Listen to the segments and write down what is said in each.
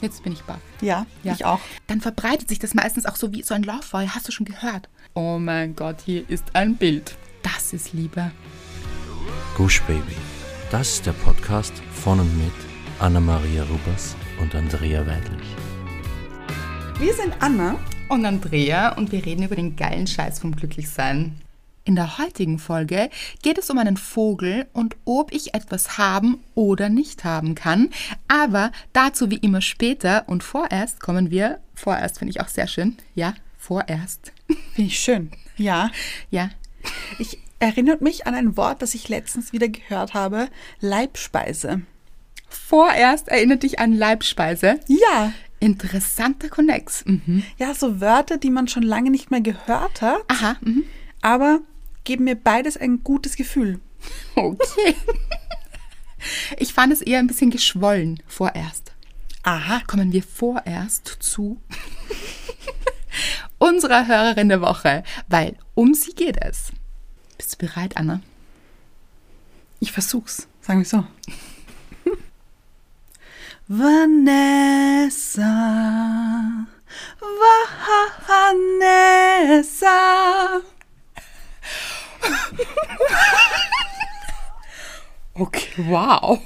Jetzt bin ich baff. Ja, Ja. ich auch. Dann verbreitet sich das meistens auch so wie so ein Lauffeuer. Hast du schon gehört? Oh mein Gott, hier ist ein Bild. Das ist Liebe. Gush Baby. Das ist der Podcast von und mit Anna-Maria Rubers und Andrea Weidlich. Wir sind Anna. und Andrea und wir reden über den geilen Scheiß vom Glücklichsein. In der heutigen Folge geht es um einen Vogel und ob ich etwas haben oder nicht haben kann. Aber dazu wie immer später und vorerst kommen wir. Vorerst finde ich auch sehr schön. Ja, vorerst. Finde ich schön. Ja. Ja, Ich erinnert mich an ein Wort, das ich letztens wieder gehört habe. Leibspeise. vorerst erinnert dich an Leibspeise. Ja. Interessanter Konnex. Mhm. Ja, so Wörter, die man schon lange nicht mehr gehört hat, Aha, mhm. aber geben mir beides ein gutes Gefühl. okay. Ich fand es eher ein bisschen geschwollen vorerst. Aha. kommen wir vorerst zu unserer Hörerin der Woche, weil um sie geht es. Bist du bereit, Anna? Ich versuch's. Sagen wir so. Vanessa. Vanessa. Okay, wow.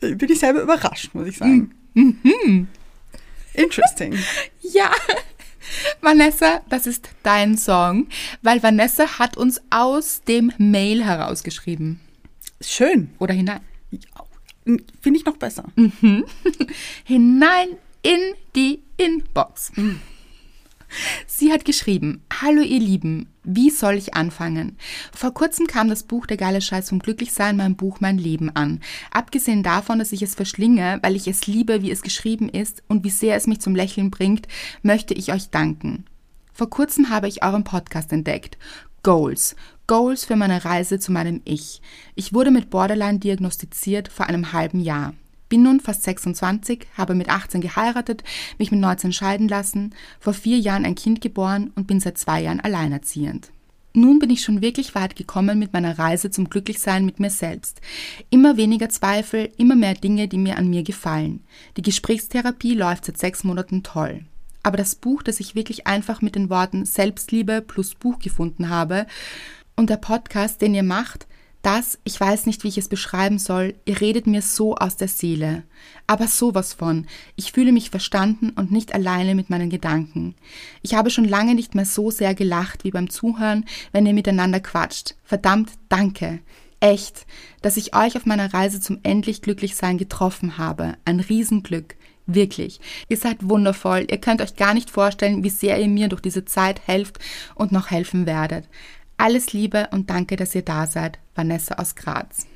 Bin ich selber überrascht, muss ich sagen. Mhm. Interesting. Ja. Vanessa, das ist dein Song, weil Vanessa hat uns aus dem Mail herausgeschrieben Schön. Mhm. oder hinein. Finde ich noch besser. hinein in die Inbox. Sie hat geschrieben, Hallo ihr Lieben, wie soll ich anfangen? Vor kurzem kam das Buch Der geile Scheiß vom Glücklichsein, mein Buch, mein Leben an. Abgesehen davon, dass ich es verschlinge, weil ich es liebe, wie es geschrieben ist und wie sehr es mich zum Lächeln bringt, möchte ich euch danken. Vor kurzem habe ich euren Podcast entdeckt. Goals. Goals für meine Reise zu meinem Ich. Ich wurde mit Borderline diagnostiziert vor einem halben Jahr. Bin nun fast 26, habe mit 18 geheiratet, mich mit 19 scheiden lassen, vor vier Jahren ein Kind geboren und bin seit zwei Jahren alleinerziehend. Nun bin ich schon wirklich weit gekommen mit meiner Reise zum Glücklichsein mit mir selbst. Immer weniger Zweifel, immer mehr Dinge, die mir an mir gefallen. Die Gesprächstherapie läuft seit sechs Monaten toll. Aber das Buch, das ich wirklich einfach mit den Worten Selbstliebe plus Buch gefunden habe und der Podcast, den ihr macht, das, ich weiß nicht, wie ich es beschreiben soll, ihr redet mir so aus der Seele. Aber sowas von. Ich fühle mich verstanden und nicht alleine mit meinen Gedanken. Ich habe schon lange nicht mehr so sehr gelacht wie beim Zuhören, wenn ihr miteinander quatscht. Verdammt, danke. Echt, dass ich euch auf meiner Reise zum endlich Glücklichsein getroffen habe. Ein Riesenglück. Wirklich. Ihr seid wundervoll. Ihr könnt euch gar nicht vorstellen, wie sehr ihr mir durch diese Zeit helft und noch helfen werdet. Alles Liebe und danke, dass ihr da seid. Vanessa aus Graz.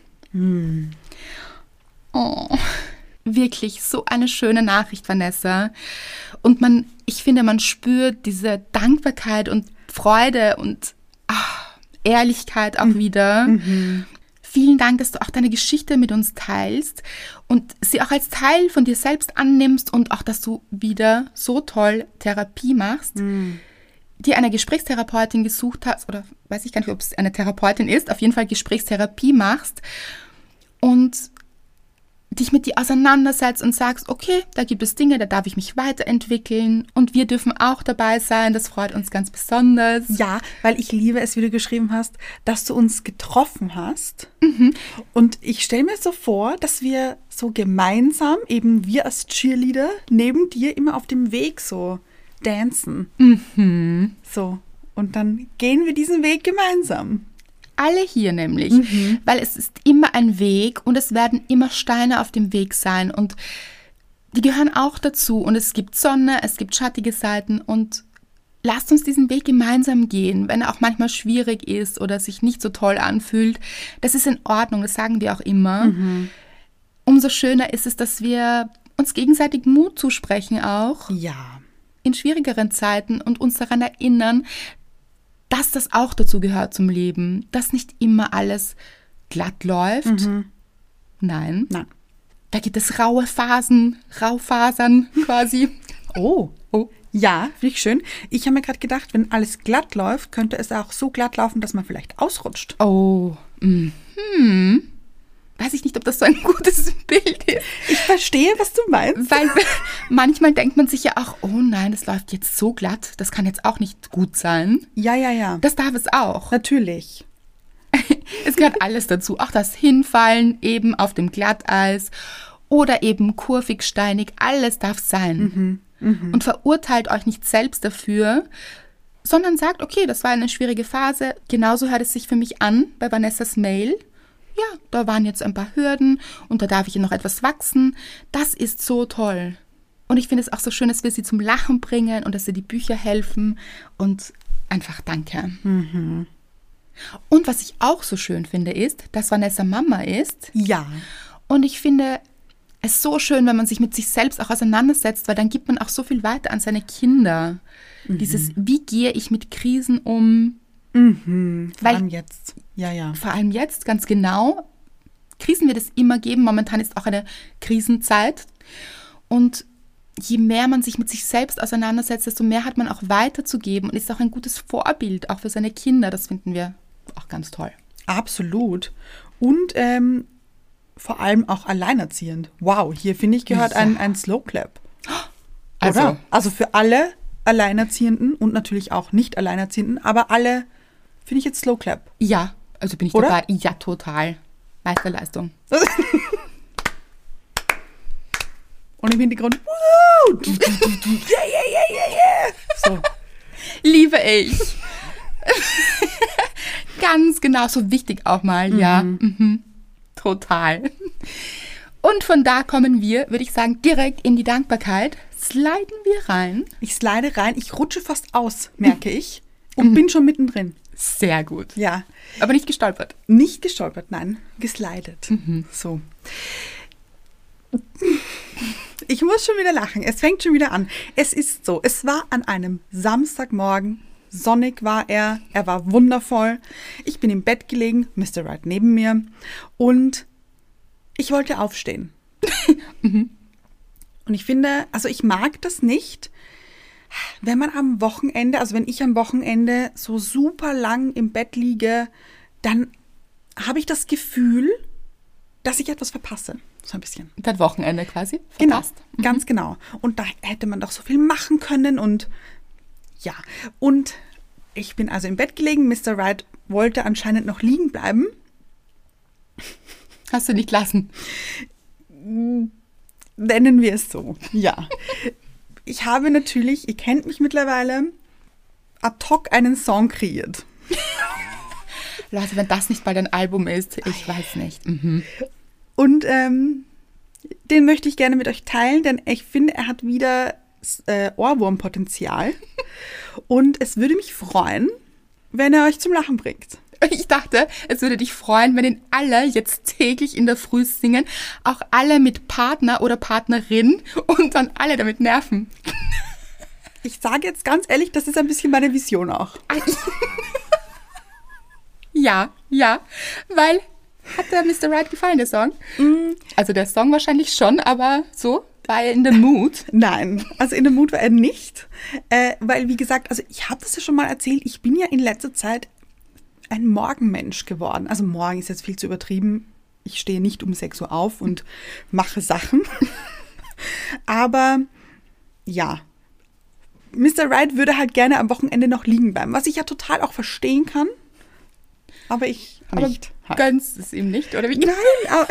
Oh, wirklich so eine schöne Nachricht, Vanessa. Und man, ich finde, man spürt diese Dankbarkeit und Freude und ah, Ehrlichkeit auch wieder. Vielen Dank, dass du auch deine Geschichte mit uns teilst und sie auch als Teil von dir selbst annimmst und auch, dass du wieder so toll Therapie machst die eine Gesprächstherapeutin gesucht hast, oder weiß ich gar nicht, ob es eine Therapeutin ist, auf jeden Fall Gesprächstherapie machst und dich mit dir auseinandersetzt und sagst, okay, da gibt es Dinge, da darf ich mich weiterentwickeln und wir dürfen auch dabei sein, das freut uns ganz besonders. Ja, weil ich liebe es, wie du geschrieben hast, dass du uns getroffen hast. Und ich stelle mir so vor, dass wir so gemeinsam, eben wir als Cheerleader, neben dir immer auf dem Weg so dancen. Mhm. So. Und dann gehen wir diesen Weg gemeinsam. alle hier nämlich, weil es ist immer ein Weg und es werden immer Steine auf dem Weg sein und die gehören auch dazu und es gibt Sonne, es gibt schattige Seiten und lasst uns diesen Weg gemeinsam gehen, wenn er auch manchmal schwierig ist oder sich nicht so toll anfühlt. Das ist in Ordnung, das sagen wir auch immer. Umso schöner ist es, dass wir uns gegenseitig Mut zusprechen auch Ja. in schwierigeren Zeiten und uns daran erinnern, dass das auch dazu gehört zum Leben, dass nicht immer alles glatt läuft. Nein. Nein. Da gibt es raue Phasen, Raufasern quasi. Oh. Oh. Ja, finde ich schön. Ich habe mir gerade gedacht, wenn alles glatt läuft, könnte es auch so glatt laufen, dass man vielleicht ausrutscht. Hm. Oh. Mhm. Weiß ich nicht, ob das so ein gutes Bild ist. Ich verstehe, was du meinst. Weil manchmal denkt man sich ja auch, oh nein, das läuft jetzt so glatt, das kann jetzt auch nicht gut sein. Ja, ja, ja. Das darf es auch. Natürlich. Es gehört alles dazu. Auch das Hinfallen eben auf dem Glatteis oder eben kurvig, steinig, alles darf sein. Und verurteilt euch nicht selbst dafür, sondern sagt, okay, das war eine schwierige Phase. Genauso hört es sich für mich an bei Vanessas Mail. Ja, da waren jetzt ein paar Hürden und da darf ich noch etwas wachsen. Das ist so toll. Und ich finde es auch so schön, dass wir sie zum Lachen bringen und dass ihr die Bücher helfen und einfach danke. Und was ich auch so schön finde, ist, dass Vanessa Mama ist. Ja. Und ich finde es so schön, wenn man sich mit sich selbst auch auseinandersetzt, weil dann gibt man auch so viel weiter an seine Kinder. Dieses, wie gehe ich mit Krisen um? Vor Weil- allem jetzt. Ja, ja. Vor allem jetzt ganz genau. Krisen wird es immer geben. Momentan ist auch eine Krisenzeit. Und je mehr man sich mit sich selbst auseinandersetzt, desto mehr hat man auch weiterzugeben und ist auch ein gutes Vorbild, auch für seine Kinder. Das finden wir auch ganz toll. Absolut. Und ähm, vor allem auch alleinerziehend. Wow, hier finde ich gehört ein, ein Slow Clap. Also- Oder? also für alle Alleinerziehenden und natürlich auch nicht Alleinerziehenden, aber alle finde ich jetzt Slow Clap. Ja, also bin ich Oder? dabei. Ja, total. Meisterleistung. Und im Hintergrund, wow! yeah, yeah, yeah, yeah, yeah. So. Liebe ich. Ganz genau, so wichtig auch mal, ja. Mhm. Total. Und von da kommen wir, würde ich sagen, direkt in die Dankbarkeit. Sliden wir rein. Ich slide rein, ich rutsche fast aus, merke ich. Und bin schon mittendrin. Sehr gut. Ja. Aber nicht gestolpert. Nicht gestolpert, nein, geslidet. So. Ich muss schon wieder lachen. Es fängt schon wieder an. Es ist so. Es war an einem Samstagmorgen. Sonnig war er. Er war wundervoll. Ich bin im Bett gelegen, Mr. Wright neben mir. Und ich wollte aufstehen. Und ich finde, also ich mag das nicht, wenn man am Wochenende, also wenn ich am Wochenende so super lang im Bett liege, dann habe ich das Gefühl, dass ich etwas verpasse. So ein bisschen. Das Wochenende quasi. Genau, ganz genau. Und da hätte man doch so viel machen können und ja. Und ich bin also im Bett gelegen. Mr. Wright wollte anscheinend noch liegen bleiben. Hast du nicht lassen. Nennen wir es so. Ja. ich habe natürlich, ihr kennt mich mittlerweile, ad hoc einen Song kreiert. Leute, wenn das nicht bald ein Album ist, ich weiß nicht. Mhm. Und ähm, den möchte ich gerne mit euch teilen, denn ich finde, er hat wieder äh, Ohrwurmpotenzial. Und es würde mich freuen, wenn er euch zum Lachen bringt. Ich dachte, es würde dich freuen, wenn ihn alle jetzt täglich in der Früh singen, auch alle mit Partner oder Partnerin und dann alle damit nerven. Ich sage jetzt ganz ehrlich, das ist ein bisschen meine Vision auch. Ja, ja, weil hat der Mr. Right gefallen, der Song? Mm. Also der Song wahrscheinlich schon, aber so war er in the mood. Nein, also in dem Mut war er nicht, äh, weil wie gesagt, also ich habe das ja schon mal erzählt, ich bin ja in letzter Zeit ein Morgenmensch geworden. Also morgen ist jetzt viel zu übertrieben. Ich stehe nicht um 6 Uhr auf und mache Sachen. Aber ja, Mr. Wright würde halt gerne am Wochenende noch liegen bleiben, was ich ja total auch verstehen kann. Aber ich nicht. halt. Aber gönnst es ihm nicht, oder wie? Nein, aber,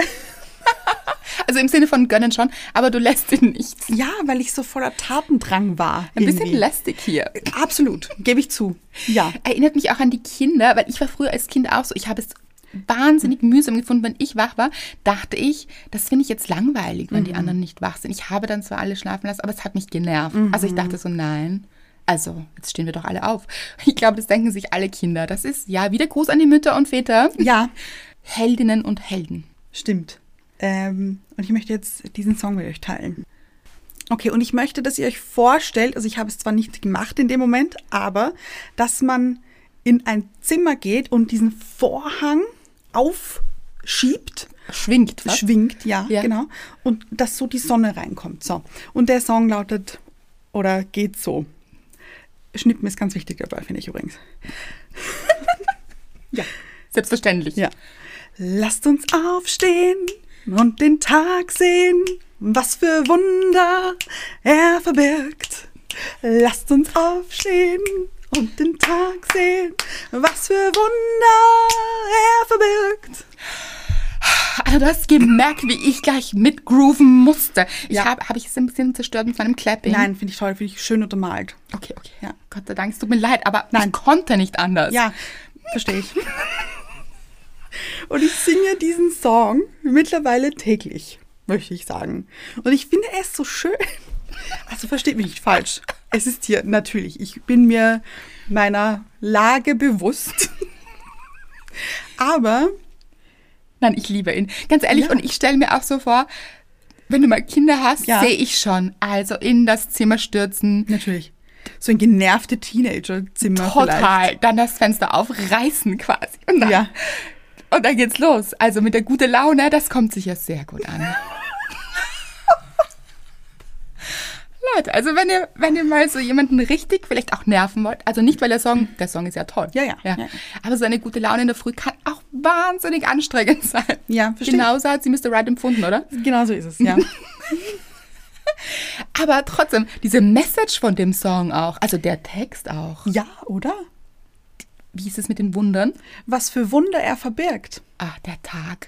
Also im Sinne von gönnen schon, aber du lässt ihn nicht. ja, weil ich so voller Tatendrang war. Ein bisschen irgendwie. lästig hier. Absolut, gebe ich zu. Ja. erinnert mich auch an die Kinder, weil ich war früher als Kind auch so, ich habe es wahnsinnig mühsam gefunden, wenn ich wach war, dachte ich, das finde ich jetzt langweilig, wenn die Mhm. anderen nicht wach sind. Ich habe dann zwar alle schlafen lassen, aber es hat mich genervt. Also Mhm. ich dachte so, nein. Also, jetzt stehen wir doch alle auf. Ich glaube, das denken sich alle Kinder. Das ist ja wieder Gruß an die Mütter und Väter. Ja, Heldinnen und Helden. stimmt. Ähm, und ich möchte jetzt diesen Song mit euch teilen. Okay, und ich möchte, dass ihr euch vorstellt, also ich habe es zwar nicht gemacht in dem Moment, aber dass man in ein Zimmer geht und diesen Vorhang aufschiebt, Schwingt, was? schwingt, ja, Ja. genau, und dass so die Sonne reinkommt. So. Und der Song lautet oder geht so. Schnippen ist ganz wichtig dabei, finde ich übrigens. Selbstverständlich. Ja. Lasst uns aufstehen, und den Tag sehen, was für Wunder er verbirgt. Lasst uns aufstehen und den Tag sehen, was für Wunder er verbirgt. Also du hast gemerkt, wie ich gleich mitgrooven musste. Ich Ja. habe hab ich es ein bisschen zerstört mit meinem Clapping. Nein, finde ich toll, finde ich schön untermalt. Okay, okay. Ja. Gott sei Dank, es tut mir leid, aber Nein. ich konnte nicht anders. Ja, verstehe ich. Und ich singe diesen Song mittlerweile täglich, möchte ich sagen. Und ich finde es so schön. Also versteht mich nicht falsch. Es ist hier natürlich, ich bin mir meiner Lage bewusst. Aber Nein, ich liebe ihn. Ganz ehrlich, Ja. und ich stelle mir auch so vor, wenn du mal Kinder hast, Ja. sehe ich schon. Also in das Zimmer stürzen. natürlich, so ein genervte Teenager-Zimmer vielleicht. Total. Dann das Fenster aufreißen quasi. Und dann, Ja. und dann geht's los. Also mit der guten Laune, das kommt sicher sehr gut an. Leute, also wenn ihr, wenn ihr mal so jemanden richtig vielleicht auch nerven wollt, also nicht, weil der Song, der Song ist ja toll. Ja, ja, ja, ja. Aber so eine gute Laune in der Früh kann auch wahnsinnig anstrengend sein. Ja, verstehe. Genauso hat sie Mr. Right empfunden, oder? Genau so ist es, ja. Aber trotzdem, diese Message von dem Song auch, also der Text auch. ja, oder? Wie ist es mit den Wundern? Was für Wunder er verbirgt. Ach, der Tag.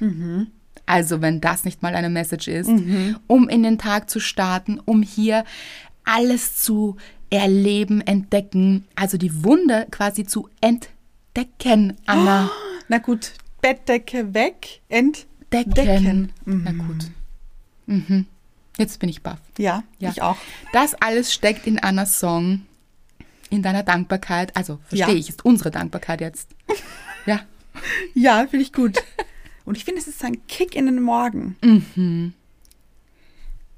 Also, wenn das nicht mal eine Message ist, Mhm. um in den Tag zu starten, um hier alles zu erleben, entdecken, also die Wunder quasi zu entdecken, Anna. Na gut, Bettdecke weg, Decken. entdecken. Na gut. Mhm. Jetzt bin ich baff. Ja, Ja. ich auch. Das alles steckt in Annas Song, in deiner Dankbarkeit. Also, verstehe Ja. ich, ist unsere Dankbarkeit jetzt. ja. Ja, finde ich gut. Und ich finde, es ist ein Kick in den Morgen. Mhm.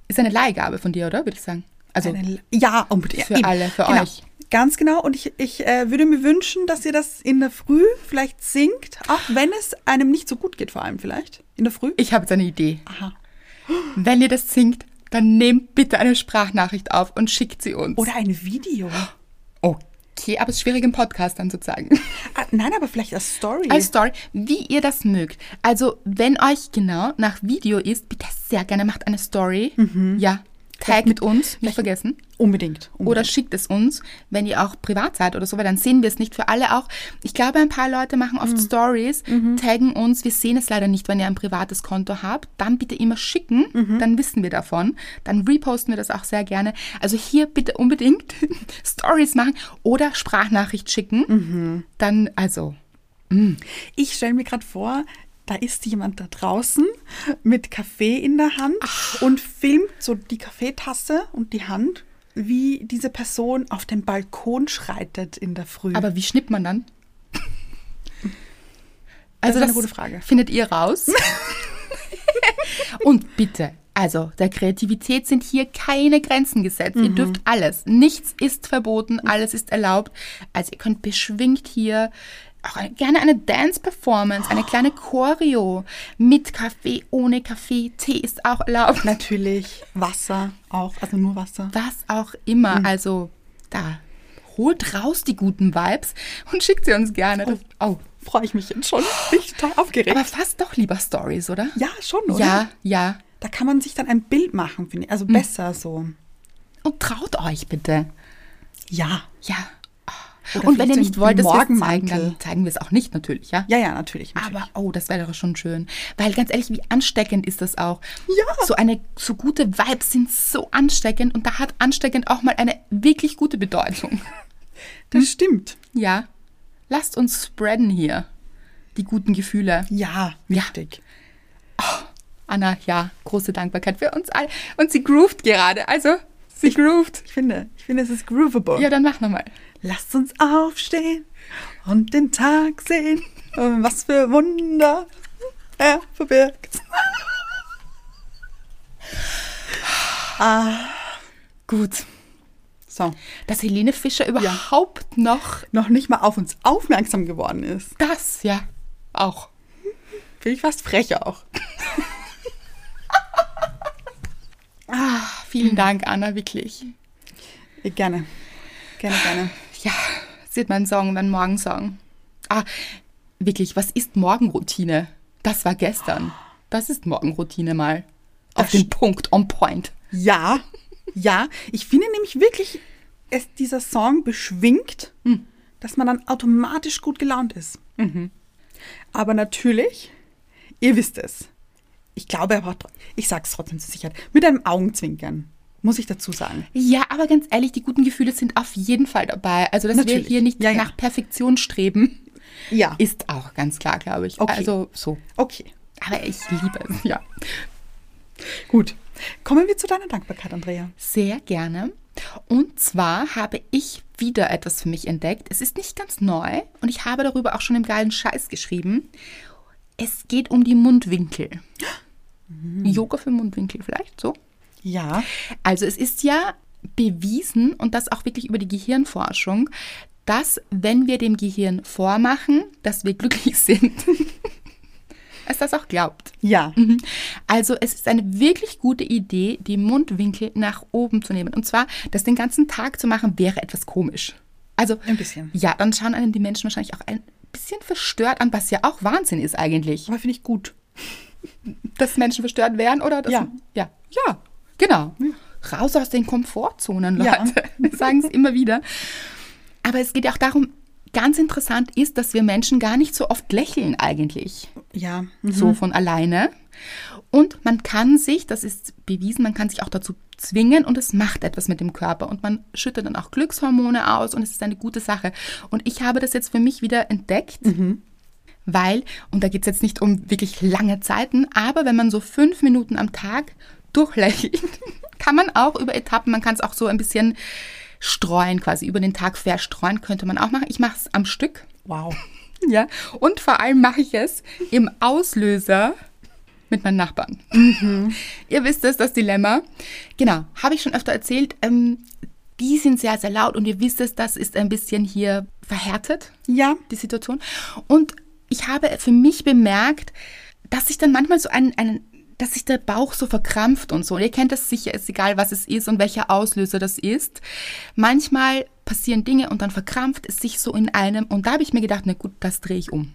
Ist eine Leihgabe von dir, oder? Würde ich sagen. Also, Eine, ja, unbedingt. Für alle, für genau. euch. Ganz genau. Und ich, ich äh, würde mir wünschen, dass ihr das in der Früh vielleicht singt, auch wenn es einem nicht so gut geht, vor allem vielleicht. In der Früh. ich habe jetzt eine Idee. Aha. Wenn ihr das singt, dann nehmt bitte eine Sprachnachricht auf und schickt sie uns. Oder ein Video. okay, aber es ist schwierig im Podcast dann zu zeigen. Ah, nein, aber vielleicht als Story. Als Story, wie ihr das mögt. Also, wenn euch genau nach Video ist, bitte sehr gerne macht eine Story. Ja. Tag mit uns, nicht vergessen. unbedingt. unbedingt. Oder schickt es uns, wenn ihr auch privat seid oder so, weil dann sehen wir es nicht für alle auch. Ich glaube, ein paar Leute machen oft Stories, taggen uns. Wir sehen es leider nicht, wenn ihr ein privates Konto habt. Dann bitte immer schicken, dann wissen wir davon. Dann reposten wir das auch sehr gerne. Also hier bitte unbedingt Stories machen oder Sprachnachricht schicken. Dann, also, Ich stelle mir gerade vor, da ist jemand da draußen mit Kaffee in der Hand und filmt so die Kaffeetasse und die Hand, wie diese Person auf den Balkon schreitet in der Früh. aber wie schnippt man dann? Also Das ist eine gute Frage. Findet ihr raus? Und bitte, also der Kreativität sind hier keine Grenzen gesetzt. Mhm. Ihr dürft alles. Nichts ist verboten, alles ist erlaubt. Also ihr könnt beschwingt hier auch eine, gerne eine Dance-Performance, eine kleine Choreo mit Kaffee, ohne Kaffee, Tee ist auch erlaubt. Natürlich Wasser auch, also nur Wasser. Was auch immer. Mhm. Also da, holt raus die guten Vibes und schickt sie uns gerne. Das, oh, Freue ich mich jetzt schon. Bin ich total aufgeregt. aber fast doch lieber Stories, oder? ja, schon, oder? ja. Hm. ja. Da kann man sich dann ein Bild machen, finde ich. Also besser so. Und traut euch bitte. Ja. Ja. Oh, Oder und wenn ihr vielleicht nicht den wollt, dass wir es zeigen, Morgenmantel. dann zeigen wir es auch nicht, natürlich, ja? Ja, ja, natürlich. natürlich. Aber, oh, das wäre doch schon schön. Weil ganz ehrlich, wie ansteckend ist das auch? Ja. So eine, so gute Vibes sind so ansteckend und da hat ansteckend auch mal eine wirklich gute Bedeutung. das stimmt. Ja. Lasst uns spreaden hier. Die guten Gefühle. Ja, Ja. wichtig. Anna, ja, große Dankbarkeit für uns alle. Und sie groovt gerade, also, sie groovt. Ich finde, ich finde, es ist groovable. Ja, dann mach nochmal. Lasst uns aufstehen und den Tag sehen, was für Wunder er verbirgt. Gut. So, Dass Helene Fischer überhaupt noch noch nicht mal auf uns aufmerksam geworden ist. das, ja, auch. Finde ich fast frech auch. Vielen Dank, Anna, wirklich. Gerne. Gerne, gerne. Ja, sieht mein Song, mein Morgensong. Ah, wirklich, was ist Morgenroutine? Das war gestern. Das ist Morgenroutine mal. Auf den Punkt, on point. Ja, ja. Ich finde nämlich wirklich, es, dieser Song beschwingt, dass man dann automatisch gut gelaunt ist. Aber natürlich, ihr wisst es. Ich glaube aber, tr- ich sag's trotzdem zur Sicherheit, mit einem Augenzwinkern, muss ich dazu sagen. Ja, aber ganz ehrlich, die guten Gefühle sind auf jeden Fall dabei. Also, dass wir Natürlich. hier nicht Ja, ja. nach Perfektion streben, Ja. ist auch ganz klar, glaube ich. Okay. Also so. Okay, Aber ich liebe es, ja. gut. Kommen wir zu deiner Dankbarkeit, Andrea. Sehr gerne. Und zwar habe ich wieder etwas für mich entdeckt. Es ist nicht ganz neu und ich habe darüber auch schon im geilen Scheiß geschrieben. Es geht um die Mundwinkel. Yoga für Mundwinkel vielleicht, so? Ja. Also es ist ja bewiesen und das auch wirklich über die Gehirnforschung, dass wenn wir dem Gehirn vormachen, dass wir glücklich sind, es das auch glaubt. Ja. Mhm. Also es ist eine wirklich gute Idee, die Mundwinkel nach oben zu nehmen. Und zwar, das den ganzen Tag zu machen, wäre etwas komisch. Also Ein bisschen. Ja, dann schauen einem die Menschen wahrscheinlich auch ein bisschen verstört an, was ja auch Wahnsinn ist eigentlich Aber finde ich gut. dass Menschen verstört werden oder dass Ja. ja, ja, genau. Raus aus den Komfortzonen, Leute. Ja. Wir sagen es immer wieder. Aber es geht ja auch darum, ganz interessant ist, dass wir Menschen gar nicht so oft lächeln eigentlich, Ja. Mhm. so von alleine. Und man kann sich, das ist bewiesen, man kann sich auch dazu zwingen und es macht etwas mit dem Körper und man schüttet dann auch Glückshormone aus und es ist eine gute Sache. Und ich habe das jetzt für mich wieder entdeckt. Weil, und da geht es jetzt nicht um wirklich lange Zeiten, aber wenn man so fünf Minuten am Tag durchlächelt, kann man auch über Etappen, man kann es auch so ein bisschen streuen, quasi über den Tag verstreuen, könnte man auch machen. Ich mache es am Stück. Wow. Ja. Und vor allem mache ich es im Auslöser mit meinen Nachbarn. Ihr wisst es, das Dilemma. Genau, habe ich schon öfter erzählt. Ähm, die sind sehr, sehr laut und ihr wisst es, das ist ein bisschen hier verhärtet Ja. die Situation. Und ich habe für mich bemerkt, dass ich dann manchmal so einen, einen dass sich der Bauch so verkrampft und so. Und ihr kennt das sicher, ist egal, was es ist und welcher Auslöser das ist. Manchmal passieren Dinge und dann verkrampft es sich so in einem. Und da habe ich mir gedacht, na gut, das drehe ich um.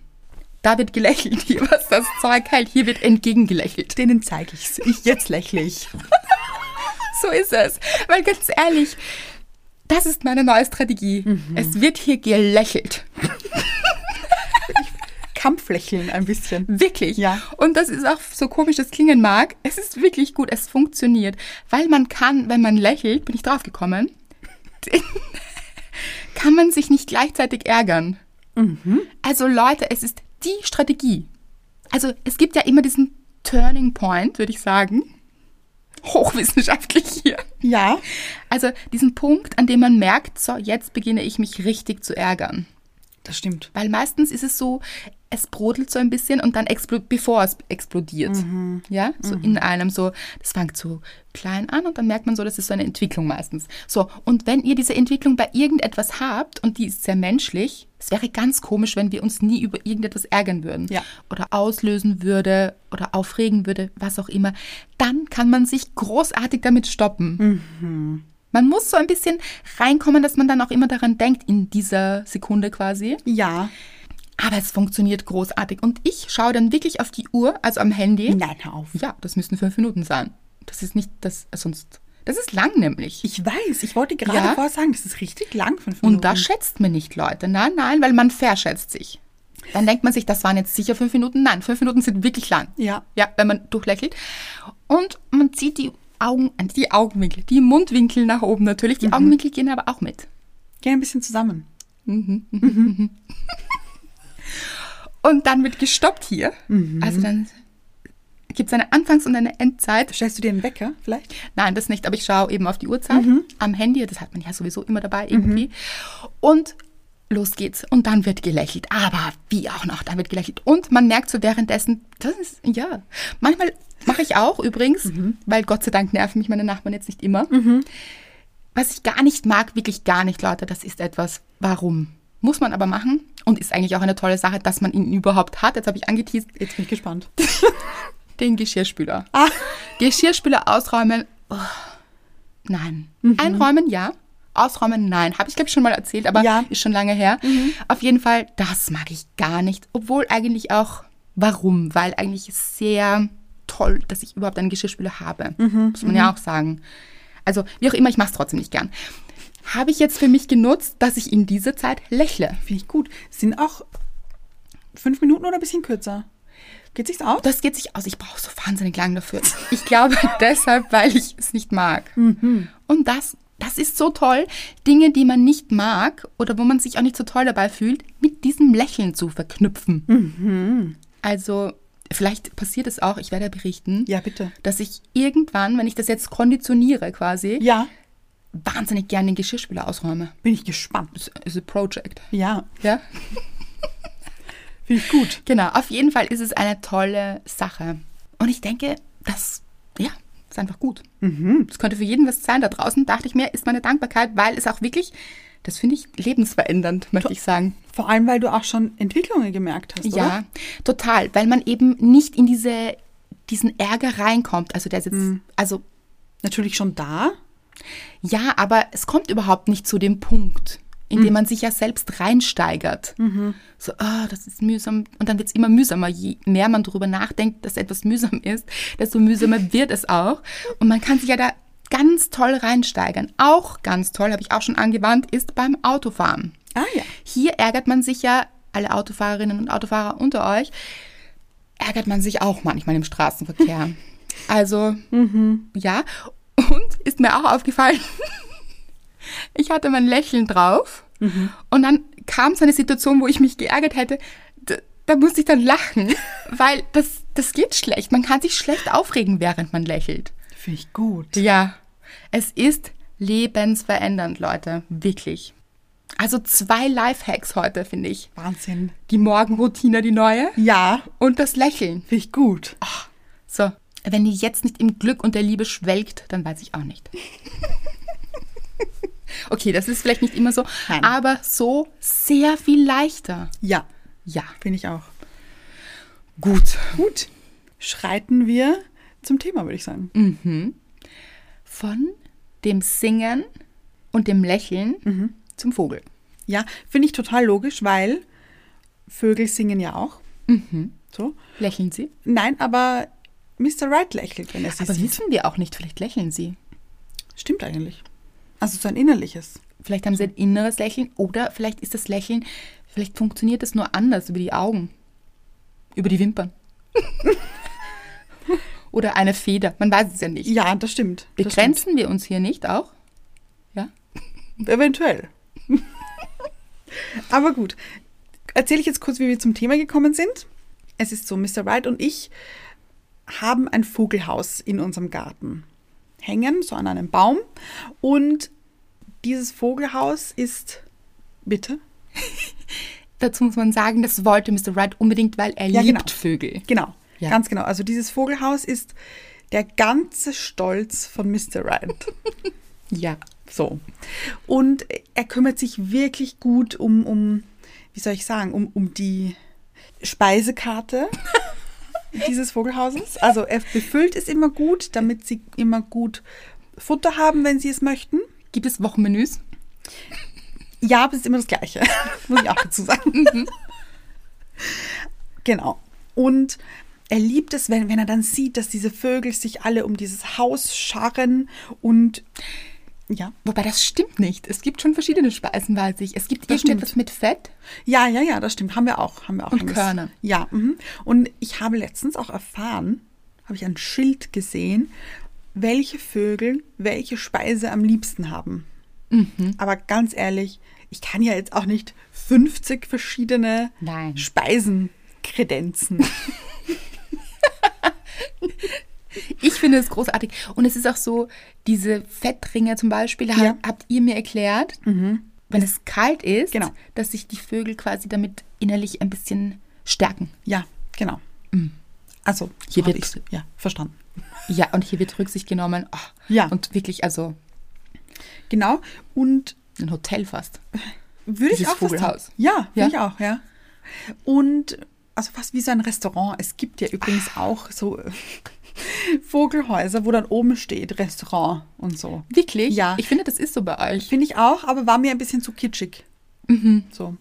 Da wird gelächelt, hier was das Zeug hält, hier wird entgegengelächelt. Denen zeige ich's. Ich jetzt lächle ich. So ist es. Weil ganz ehrlich, das ist meine neue Strategie. Es wird hier gelächelt. Kampflächeln ein bisschen. Wirklich. Ja. Und das ist auch so komisch, das klingen mag. Es ist wirklich gut, es funktioniert. Weil man kann, wenn man lächelt, bin ich draufgekommen, kann man sich nicht gleichzeitig ärgern. Also Leute, es ist die Strategie. Also es gibt ja immer diesen Turning Point, würde ich sagen. Hochwissenschaftlich hier. Ja. Also diesen Punkt, an dem man merkt, so, jetzt beginne ich mich richtig zu ärgern. Das stimmt. Weil meistens ist es so, es brodelt so ein bisschen und dann explodiert, bevor es explodiert. Ja, so in einem so, das fängt so klein an und dann merkt man so, das ist so eine Entwicklung meistens. So, und wenn ihr diese Entwicklung bei irgendetwas habt und die ist sehr menschlich, es wäre ganz komisch, wenn wir uns nie über irgendetwas ärgern würden Ja. oder auslösen würde oder aufregen würde, was auch immer, dann kann man sich großartig damit stoppen. Man muss so ein bisschen reinkommen, dass man dann auch immer daran denkt, in dieser Sekunde quasi. Ja. Aber es funktioniert großartig. Und ich schaue dann wirklich auf die Uhr, also am Handy. Nein, hör auf. Ja, das müssen fünf Minuten sein. Das ist nicht das, sonst. Das ist lang nämlich. Ich weiß, ich wollte gerade Ja. vorher sagen, das ist richtig lang, fünf Minuten. und das schätzt man nicht, Leute. Nein, nein, weil man verschätzt sich. Dann denkt man sich, das waren jetzt sicher fünf Minuten. Nein, fünf Minuten sind wirklich lang. Ja. Ja, wenn man durchlächelt. Und man zieht die Augen, äh, die Augenwinkel, die Mundwinkel nach oben natürlich. Mhm. Die Augenwinkel gehen aber auch mit. Geh ein bisschen zusammen. Und dann wird gestoppt hier. Mhm. Also dann gibt es eine Anfangs- und eine Endzeit. Stellst du dir einen Wecker vielleicht? Nein, das nicht, aber ich schaue eben auf die Uhrzeit am Handy, das hat man ja sowieso immer dabei irgendwie. Und los geht's. Und dann wird gelächelt. Aber wie auch noch, dann wird gelächelt. Und man merkt so währenddessen, das ist, ja, manchmal mache ich auch übrigens, weil Gott sei Dank nerven mich meine Nachbarn jetzt nicht immer. Was ich gar nicht mag, wirklich gar nicht, Leute, das ist etwas, warum? Muss man aber machen und ist eigentlich auch eine tolle Sache, dass man ihn überhaupt hat. Jetzt habe ich angeteased, Jetzt bin ich gespannt. den Geschirrspüler. Ah. Geschirrspüler ausräumen, oh, nein. Einräumen, ja. Ausräumen, nein. Habe ich, glaube ich, schon mal erzählt, aber Ja. ist schon lange her. Auf jeden Fall, das mag ich gar nicht. Obwohl eigentlich auch, warum? Weil eigentlich sehr toll, dass ich überhaupt einen Geschirrspüler habe. Muss man ja auch sagen. Also, wie auch immer, ich mache es trotzdem nicht gern. Habe ich jetzt für mich genutzt, dass ich in dieser Zeit lächle. Finde ich gut. Sind auch fünf Minuten oder ein bisschen kürzer? Geht sich's aus? Das geht sich aus. Ich brauche so wahnsinnig lang dafür. Ich glaube deshalb, weil ich es nicht mag. Mhm. Und das, das ist so toll, Dinge, die man nicht mag oder wo man sich auch nicht so toll dabei fühlt, mit diesem Lächeln zu verknüpfen. Mhm. Also vielleicht passiert es auch, ich werde berichten, Ja, bitte. dass ich irgendwann, wenn ich das jetzt konditioniere quasi, Ja, wahnsinnig gerne den Geschirrspüler ausräume. bin ich gespannt. Das ist ein Project. Ja, Ja? finde ich gut. Genau, auf jeden Fall ist es eine tolle Sache. Und ich denke, das, ja, ist einfach gut. Das könnte für jeden was sein. Da draußen dachte ich mir, ist meine Dankbarkeit, weil es auch wirklich, das finde ich lebensverändernd, möchte ich sagen. Vor allem, weil du auch schon Entwicklungen gemerkt hast, oder? Ja, total, weil man eben nicht in diese, diesen Ärger reinkommt. Also der ist jetzt, also Natürlich schon da. ja, aber es kommt überhaupt nicht zu dem Punkt, in dem man sich ja selbst reinsteigert. So, ah, das ist mühsam. Und dann wird es immer mühsamer. Je mehr man darüber nachdenkt, dass etwas mühsam ist, desto mühsamer wird es auch. Und man kann sich ja da ganz toll reinsteigern. Auch ganz toll, habe ich auch schon angewandt, ist beim Autofahren. Ah ja. Hier ärgert man sich ja, alle Autofahrerinnen und Autofahrer unter euch, ärgert man sich auch manchmal im Straßenverkehr. Also, ja. Und ist mir auch aufgefallen, ich hatte mein Lächeln drauf und dann kam so eine Situation, wo ich mich geärgert hätte. Da, da musste ich dann lachen, weil das, das geht schlecht. Man kann sich schlecht aufregen, während man lächelt. Finde ich gut. Ja, es ist lebensverändernd, Leute. Wirklich. Also zwei Lifehacks heute, finde ich. Wahnsinn. Die Morgenroutine, die neue. Ja, Und das Lächeln. finde ich gut. So, wenn ihr jetzt nicht im Glück und der Liebe schwelgt, dann weiß ich auch nicht. Okay, das ist vielleicht nicht immer so, Nein. aber so sehr viel leichter. Ja, Ja, finde ich auch. gut. Gut. Schreiten wir zum Thema, würde ich sagen. Von dem Singen und dem Lächeln zum Vogel. Ja, finde ich total logisch, weil Vögel singen ja auch. So. Lächeln sie? Nein, aber Mr. Right lächelt, wenn er sie Aber sieht. wissen wir auch nicht, vielleicht lächeln sie. Stimmt eigentlich. Also sein innerliches. Vielleicht haben sie ein Mhm. inneres Lächeln oder vielleicht ist das Lächeln, vielleicht funktioniert es nur anders über die Augen, über die Wimpern. oder eine Feder, man weiß es ja nicht. Ja, das stimmt. Das stimmt. Begrenzen wir uns hier nicht auch? Ja? Eventuell. aber gut. Erzähle ich jetzt kurz, wie wir zum Thema gekommen sind. Es ist so, Mr. Right und ich haben ein Vogelhaus in unserem Garten hängen, so an einem Baum. Und dieses Vogelhaus ist. Bitte? Dazu muss man sagen, das wollte Mr. Wright unbedingt, weil er Ja, liebt genau. Vögel. Genau, Ja. ganz genau. Also dieses Vogelhaus ist der ganze Stolz von Mr. Right. Ja. so. Und er kümmert sich wirklich gut um, um wie soll ich sagen, um, um die Speisekarte dieses Vogelhauses. Also er befüllt es immer gut, damit sie immer gut Futter haben, wenn sie es möchten. Gibt es Wochenmenüs? Ja, aber es ist immer das Gleiche. Muss ich auch dazu sagen. genau. Und er liebt es, wenn, wenn er dann sieht, dass diese Vögel sich alle um dieses Haus scharren und ja. Wobei das stimmt nicht. Es gibt schon verschiedene Speisen, weiß ich. Es gibt Das irgendetwas mit Fett. Ja, ja, ja, das stimmt. Haben wir auch. Haben wir auch Und Hummus. Körner. Ja. Mhm. Und ich habe letztens auch erfahren, habe ich ein Schild gesehen, welche Vögel welche Speise am liebsten haben. Mhm. Aber ganz ehrlich, ich kann ja jetzt auch nicht 50 verschiedene Nein. Speisen kredenzen. Ich finde es großartig. Und es ist auch so, diese Fettringe zum Beispiel, ha- Ja. Mhm. habt ihr mir erklärt, wenn es kalt ist, Genau. dass sich die Vögel quasi damit innerlich ein bisschen stärken. ja, genau. Also, Mhm. Hier habe wird- ich's- ja, verstanden. Ja, und hier wird Rücksicht genommen. Oh, Ja. Und wirklich, also Genau. Und ein Hotel fast. Würde ich Dieses auch fast Vogelhaus. haben. Ja, Ja. würde ich auch, ja. Und also fast wie so ein Restaurant. Es gibt ja übrigens auch so äh, Vogelhäuser, wo dann oben steht Restaurant und so. Wirklich? Ja. Ich finde, das ist so bei euch. Finde ich auch, aber war mir ein bisschen zu kitschig. So.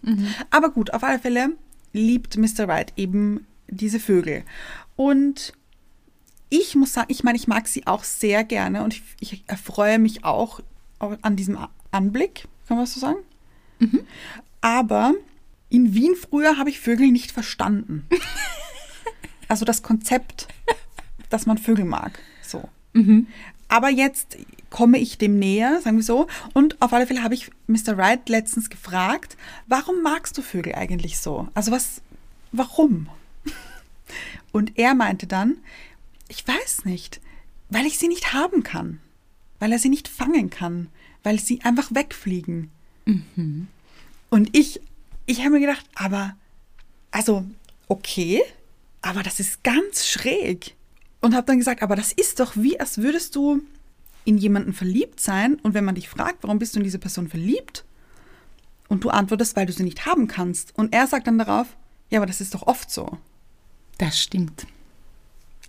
Aber gut, auf alle Fälle liebt Mr. Wright eben diese Vögel. Und ich muss sagen, ich meine, ich mag sie auch sehr gerne und ich, ich erfreue mich auch an diesem Anblick, kann man das so sagen? Aber in Wien früher habe ich Vögel nicht verstanden. also das Konzept, dass man Vögel mag. So. Aber jetzt komme ich dem näher, sagen wir so. Und auf alle Fälle habe ich Mr. Wright letztens gefragt, warum magst du Vögel eigentlich so? Also was, warum? Und er meinte dann, ich weiß nicht, weil ich sie nicht haben kann, weil er sie nicht fangen kann, weil sie einfach wegfliegen. Und ich, ich habe mir gedacht, aber, also, okay, aber das ist ganz schräg. Und habe dann gesagt, aber das ist doch wie, als würdest du in jemanden verliebt sein und wenn man dich fragt, warum bist du in diese Person verliebt? Und du antwortest, weil du sie nicht haben kannst. Und er sagt dann darauf, ja, aber das ist doch oft so. Das stimmt.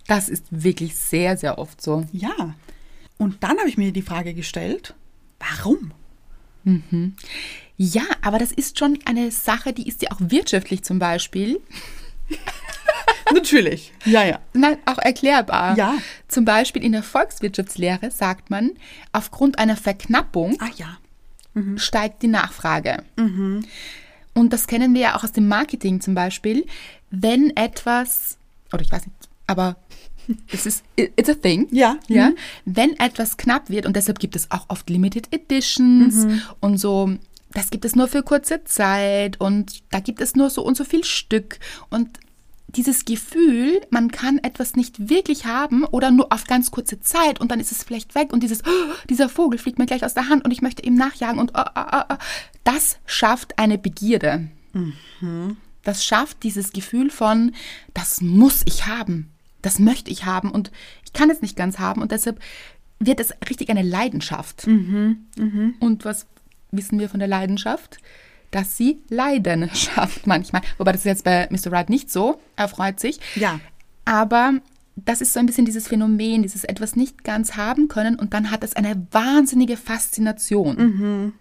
Das ist wirklich sehr, sehr oft so. Ja. Und dann habe ich mir die Frage gestellt, warum? Ja, aber das ist schon eine Sache, die ist ja auch wirtschaftlich zum Beispiel Natürlich. Ja, ja. Nein, auch erklärbar. Ja. Zum Beispiel in der Volkswirtschaftslehre sagt man, aufgrund einer Verknappung Ah ja. steigt die Nachfrage. Mhm. Und das kennen wir ja auch aus dem Marketing zum Beispiel. Wenn etwas, oder ich weiß nicht, aber es ist, it's a thing. Ja. ja. Wenn etwas knapp wird, und deshalb gibt es auch oft Limited Editions und so, das gibt es nur für kurze Zeit und da gibt es nur so und so viel Stück. Und dieses Gefühl, man kann etwas nicht wirklich haben oder nur auf ganz kurze Zeit und dann ist es vielleicht weg und dieses, "Oh, dieser Vogel fliegt mir gleich aus der Hand und ich möchte ihm nachjagen und oh, oh, oh, oh, das schafft eine Begierde. Das schafft dieses Gefühl von, das muss ich haben, das möchte ich haben und ich kann es nicht ganz haben und deshalb wird es richtig eine Leidenschaft. Und was wissen wir von der Leidenschaft? Dass sie Leiden schafft manchmal. Wobei das ist jetzt bei Mr. Wright nicht so. Er freut sich. Ja. Aber das ist so ein bisschen dieses Phänomen, dieses etwas nicht ganz haben können und dann hat es eine wahnsinnige Faszination.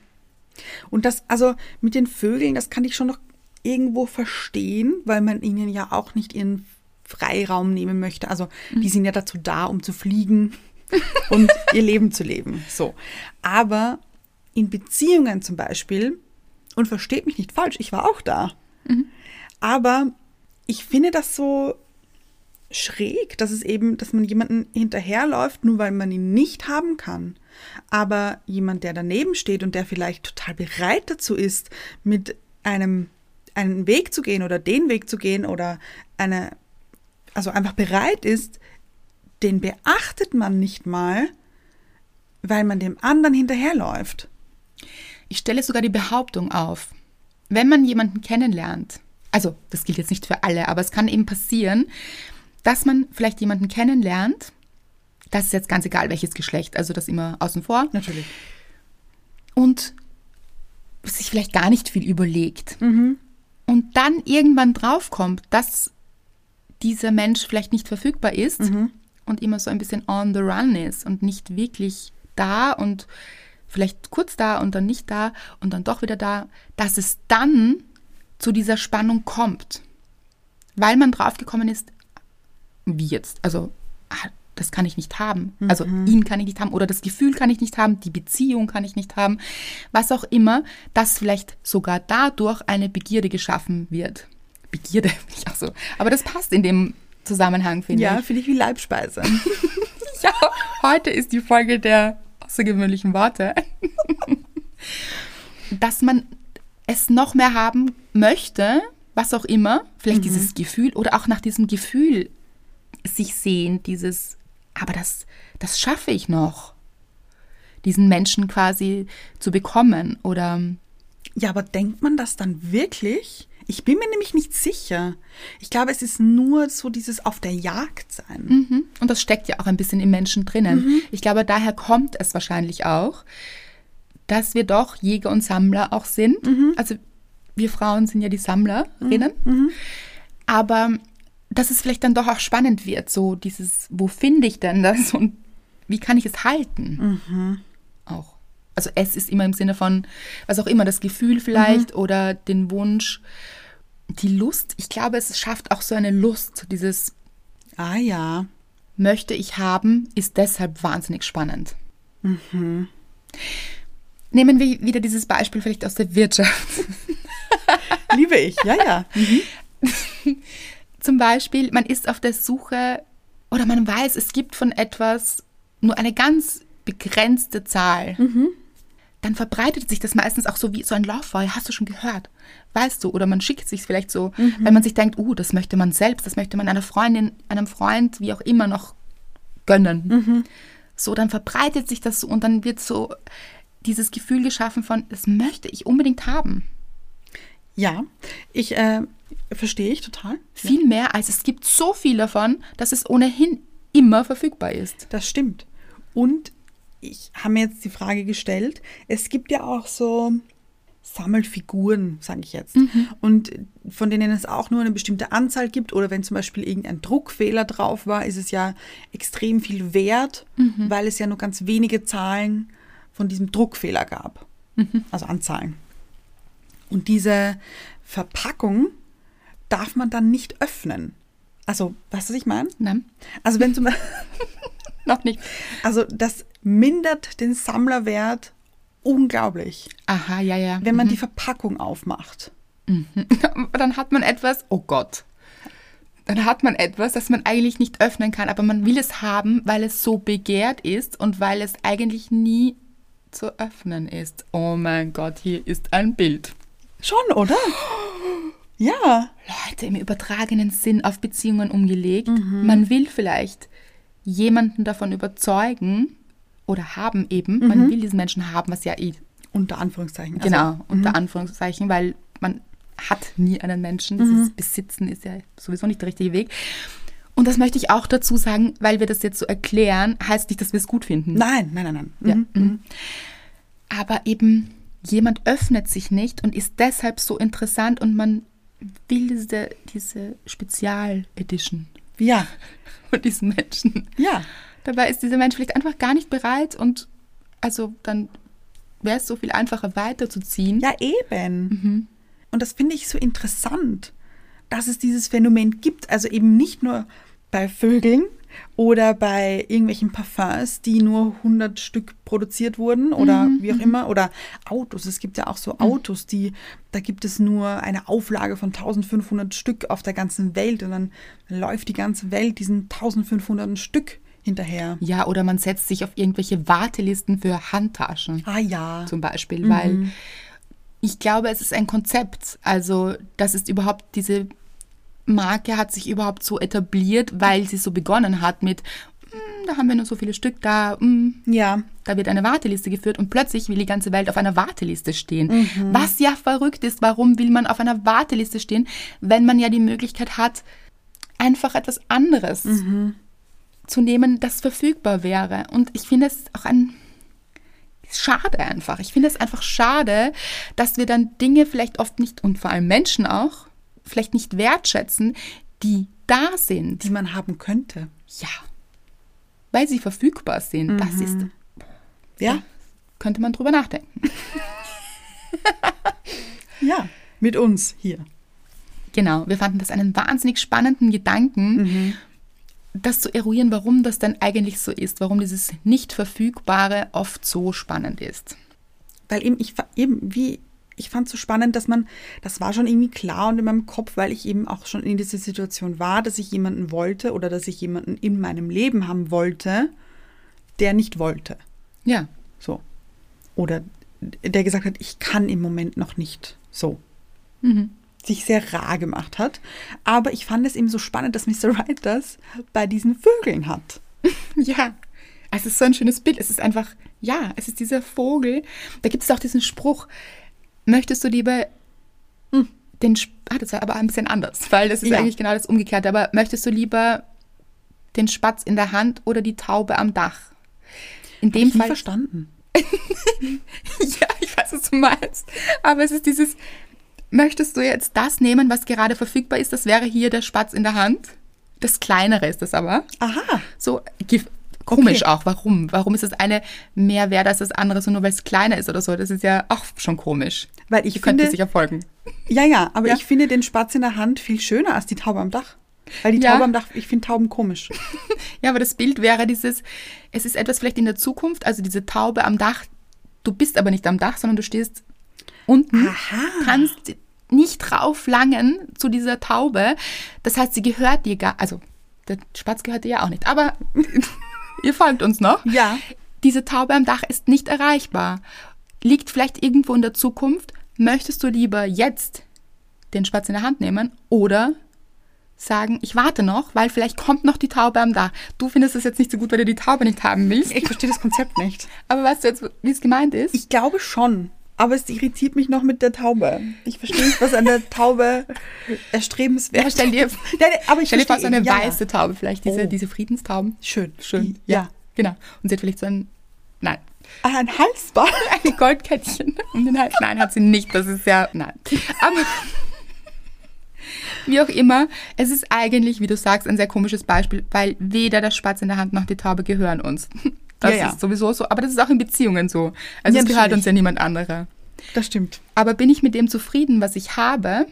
Und das, also mit den Vögeln, das kann ich schon noch irgendwo verstehen, weil man ihnen ja auch nicht ihren Freiraum nehmen möchte. Also die sind ja dazu da, um zu fliegen und ihr Leben zu leben. So. Aber in Beziehungen zum Beispiel, und versteht mich nicht falsch, ich war auch da. Aber ich finde das so schräg, dass es eben, dass man jemanden hinterherläuft, nur weil man ihn nicht haben kann. Aber jemand, der daneben steht und der vielleicht total bereit dazu ist, mit einem einen Weg zu gehen oder den Weg zu gehen oder eine, also einfach bereit ist, den beachtet man nicht mal, weil man dem anderen hinterherläuft. Ich stelle sogar die Behauptung auf, wenn man jemanden kennenlernt, also das gilt jetzt nicht für alle, aber es kann eben passieren, dass man vielleicht jemanden kennenlernt, das ist jetzt ganz egal, welches Geschlecht, also das immer außen vor, Natürlich. und sich vielleicht gar nicht viel überlegt. Und dann irgendwann draufkommt, dass dieser Mensch vielleicht nicht verfügbar ist und immer so ein bisschen on the run ist und nicht wirklich da und vielleicht kurz da und dann nicht da und dann doch wieder da, dass es dann zu dieser Spannung kommt, weil man draufgekommen ist, wie jetzt, also ah, das kann ich nicht haben, also ihn kann ich nicht haben oder das Gefühl kann ich nicht haben, die Beziehung kann ich nicht haben, was auch immer, dass vielleicht sogar dadurch eine Begierde geschaffen wird. Begierde, finde ich auch so. Aber das passt in dem Zusammenhang, finde Ja, ich. finde ich wie Leibspeise. Ja, heute ist die Folge der außergewöhnlichen Worte. Dass man es noch mehr haben möchte, was auch immer, vielleicht dieses Gefühl oder auch nach diesem Gefühl sich sehen, dieses, aber das, das schaffe ich noch, diesen Menschen quasi zu bekommen oder Ja, aber denkt man das dann wirklich? Ich bin mir nämlich nicht sicher. Ich glaube, es ist nur so dieses auf der Jagd sein. Mhm. Und das steckt ja auch ein bisschen im Menschen drinnen. Ich glaube, daher kommt es wahrscheinlich auch, dass wir doch Jäger und Sammler auch sind. Also wir Frauen sind ja die Sammlerinnen. Aber dass es vielleicht dann doch auch spannend wird, so dieses, wo finde ich denn das und wie kann ich es halten? Auch. Also es ist immer im Sinne von, was auch immer, das Gefühl vielleicht oder den Wunsch, die Lust. Ich glaube, es schafft auch so eine Lust, dieses Ah ja. möchte ich haben, ist deshalb wahnsinnig spannend. Nehmen wir wieder dieses Beispiel vielleicht aus der Wirtschaft. Liebe ich, ja, ja. Zum Beispiel, man ist auf der Suche oder man weiß, es gibt von etwas nur eine ganz begrenzte Zahl. Dann verbreitet sich das meistens auch so wie so ein Lauffeuer. Hast du schon gehört? Weißt du? Oder man schickt sich vielleicht so, weil man sich denkt, uh, das möchte man selbst, das möchte man einer Freundin, einem Freund, wie auch immer noch gönnen. So, dann verbreitet sich das so und dann wird so dieses Gefühl geschaffen von, das möchte ich unbedingt haben. Ja, ich äh, verstehe ich total. Viel mehr, als es gibt so viel davon, dass es ohnehin immer verfügbar ist. Das stimmt. Und ich habe mir jetzt die Frage gestellt, es gibt ja auch so Sammelfiguren, sage ich jetzt, und von denen es auch nur eine bestimmte Anzahl gibt oder wenn zum Beispiel irgendein Druckfehler drauf war, ist es ja extrem viel wert, weil es ja nur ganz wenige Zahlen von diesem Druckfehler gab, also Anzahlen. Und diese Verpackung darf man dann nicht öffnen. Also, weißt du, was ich meine? Nein, Also, wenn zum Beispiel... Ne? noch nicht. Also das mindert den Sammlerwert unglaublich, Aha, ja, ja. wenn man die Verpackung aufmacht. dann hat man etwas, oh Gott, dann hat man etwas, das man eigentlich nicht öffnen kann, aber man will es haben, weil es so begehrt ist und weil es eigentlich nie zu öffnen ist. Oh mein Gott, hier ist ein Bild. Schon, oder? Ja, Leute, im übertragenen Sinn auf Beziehungen umgelegt. Man will vielleicht jemanden davon überzeugen oder haben eben, man will diesen Menschen haben, was ja eh unter Anführungszeichen. Also, Genau, unter Anführungszeichen, weil man hat nie einen Menschen. Dieses Besitzen ist ja sowieso nicht der richtige Weg. Und das möchte ich auch dazu sagen, weil wir das jetzt so erklären, heißt nicht, dass wir es gut finden. Nein, nein, nein, nein. Mhm. Aber eben jemand öffnet sich nicht und ist deshalb so interessant und man will diese, diese Spezial-Edition Ja, von diesem Menschen. Mhm. ja. Dabei ist dieser Mensch vielleicht einfach gar nicht bereit und also dann wäre es so viel einfacher weiterzuziehen. Ja, eben. Und das finde ich so interessant, dass es dieses Phänomen gibt. Also eben nicht nur bei Vögeln oder bei irgendwelchen Parfums, die nur 100 Stück produziert wurden oder wie auch immer. Oder Autos. Es gibt ja auch so Autos, die, da gibt es nur eine Auflage von 1500 Stück auf der ganzen Welt. Und dann läuft die ganze Welt diesen 1500 Stück hinterher. Ja, oder man setzt sich auf irgendwelche Wartelisten für Handtaschen Ah ja. zum Beispiel, weil ich glaube, es ist ein Konzept. Also, das ist überhaupt diese Marke hat sich überhaupt so etabliert, weil sie so begonnen hat mit, "Mm, da haben wir nur so viele Stück da, mm, Ja, da wird eine Warteliste geführt und plötzlich will die ganze Welt auf einer Warteliste stehen. Was ja verrückt ist, warum will man auf einer Warteliste stehen, wenn man ja die Möglichkeit hat, einfach etwas anderes zu nehmen, das verfügbar wäre. Und ich finde es auch ein schade einfach. Ich finde es einfach schade, dass wir dann Dinge vielleicht oft nicht und vor allem Menschen auch vielleicht nicht wertschätzen, die da sind. die man haben könnte. Ja. Weil sie verfügbar sind. Das ist. Ja. Könnte man drüber nachdenken. Ja. Mit uns hier. Genau. Wir fanden das einen wahnsinnig spannenden Gedanken, das zu eruieren, warum das dann eigentlich so ist, warum dieses Nicht-Verfügbare oft so spannend ist. weil eben ich fa- eben wie ich fand es so spannend, dass man, das war schon irgendwie klar und in meinem Kopf, weil ich eben auch schon in dieser Situation war, dass ich jemanden wollte oder dass ich jemanden in meinem Leben haben wollte, der nicht wollte. Ja. So. Oder der gesagt hat, ich kann im Moment noch nicht. So. Sich sehr rar gemacht hat. Aber ich fand es eben so spannend, dass Mr. Wright das bei diesen Vögeln hat. Ja. Es ist so ein schönes Bild. Es ist einfach, ja, es ist dieser Vogel. Da gibt es auch diesen Spruch, möchtest du lieber den, Sp- ah, das war aber ein bisschen anders, weil das ist Ja. eigentlich genau das Umgekehrte, aber möchtest du lieber den Spatz in der Hand oder die Taube am Dach? In dem Ich nie Fall, verstanden. ja, ich weiß, was du meinst, aber es ist dieses, möchtest du jetzt das nehmen, was gerade verfügbar ist, das wäre hier der Spatz in der Hand? Das kleinere ist das aber. Aha. So gef- komisch Okay. auch. Warum? Warum ist das eine mehr wert als das andere, so nur weil es kleiner ist oder so? Das ist ja auch schon komisch. Weil ich Ihr könnt finde- mir sicher folgen. Ja, ja, aber Ja. ich finde den Spatz in der Hand viel schöner als die Taube am Dach. Weil die Ja. Tauben haben gedacht, ich finde Tauben komisch. Ja, aber das Bild wäre dieses, es ist etwas vielleicht in der Zukunft, also diese Taube am Dach. Du bist aber nicht am Dach, sondern du stehst unten, kannst nicht drauf langen zu dieser Taube. Das heißt, sie gehört dir gar, also der Spatz gehört dir ja auch nicht, aber ihr folgt uns noch. Ja. Diese Taube am Dach ist nicht erreichbar. Liegt vielleicht irgendwo in der Zukunft. Möchtest du lieber jetzt den Spatz in der Hand nehmen oder sagen, ich warte noch, weil vielleicht kommt noch die Taube am Dach. Du findest es jetzt nicht so gut, weil du die Taube nicht haben willst. Ich verstehe das Konzept nicht. Aber weißt du jetzt, wie es gemeint ist? Ich glaube schon. Aber es irritiert mich noch mit der Taube. Ich verstehe nicht, was an der Taube erstrebenswert ja, stell dir, Nein, nein, aber ich stell dir vor, so verstehe eine ihn, ja. weiße Taube vielleicht, diese, Oh. diese Friedenstauben. Schön. Schön. Ja. Genau. Und sie hat vielleicht so ein, nein, Ah, ein Halsband. ein Goldkettchen um den Hals. Nein, hat sie nicht. Das ist ja, nein. Aber wie auch immer, es ist eigentlich, wie du sagst, ein sehr komisches Beispiel, weil weder der Spatz in der Hand noch die Taube gehören uns. Das Ja, ja. ist sowieso so, aber das ist auch in Beziehungen so. Also Ja, es gehört natürlich. uns ja niemand anderer. Das stimmt. Aber bin ich mit dem zufrieden, was ich habe?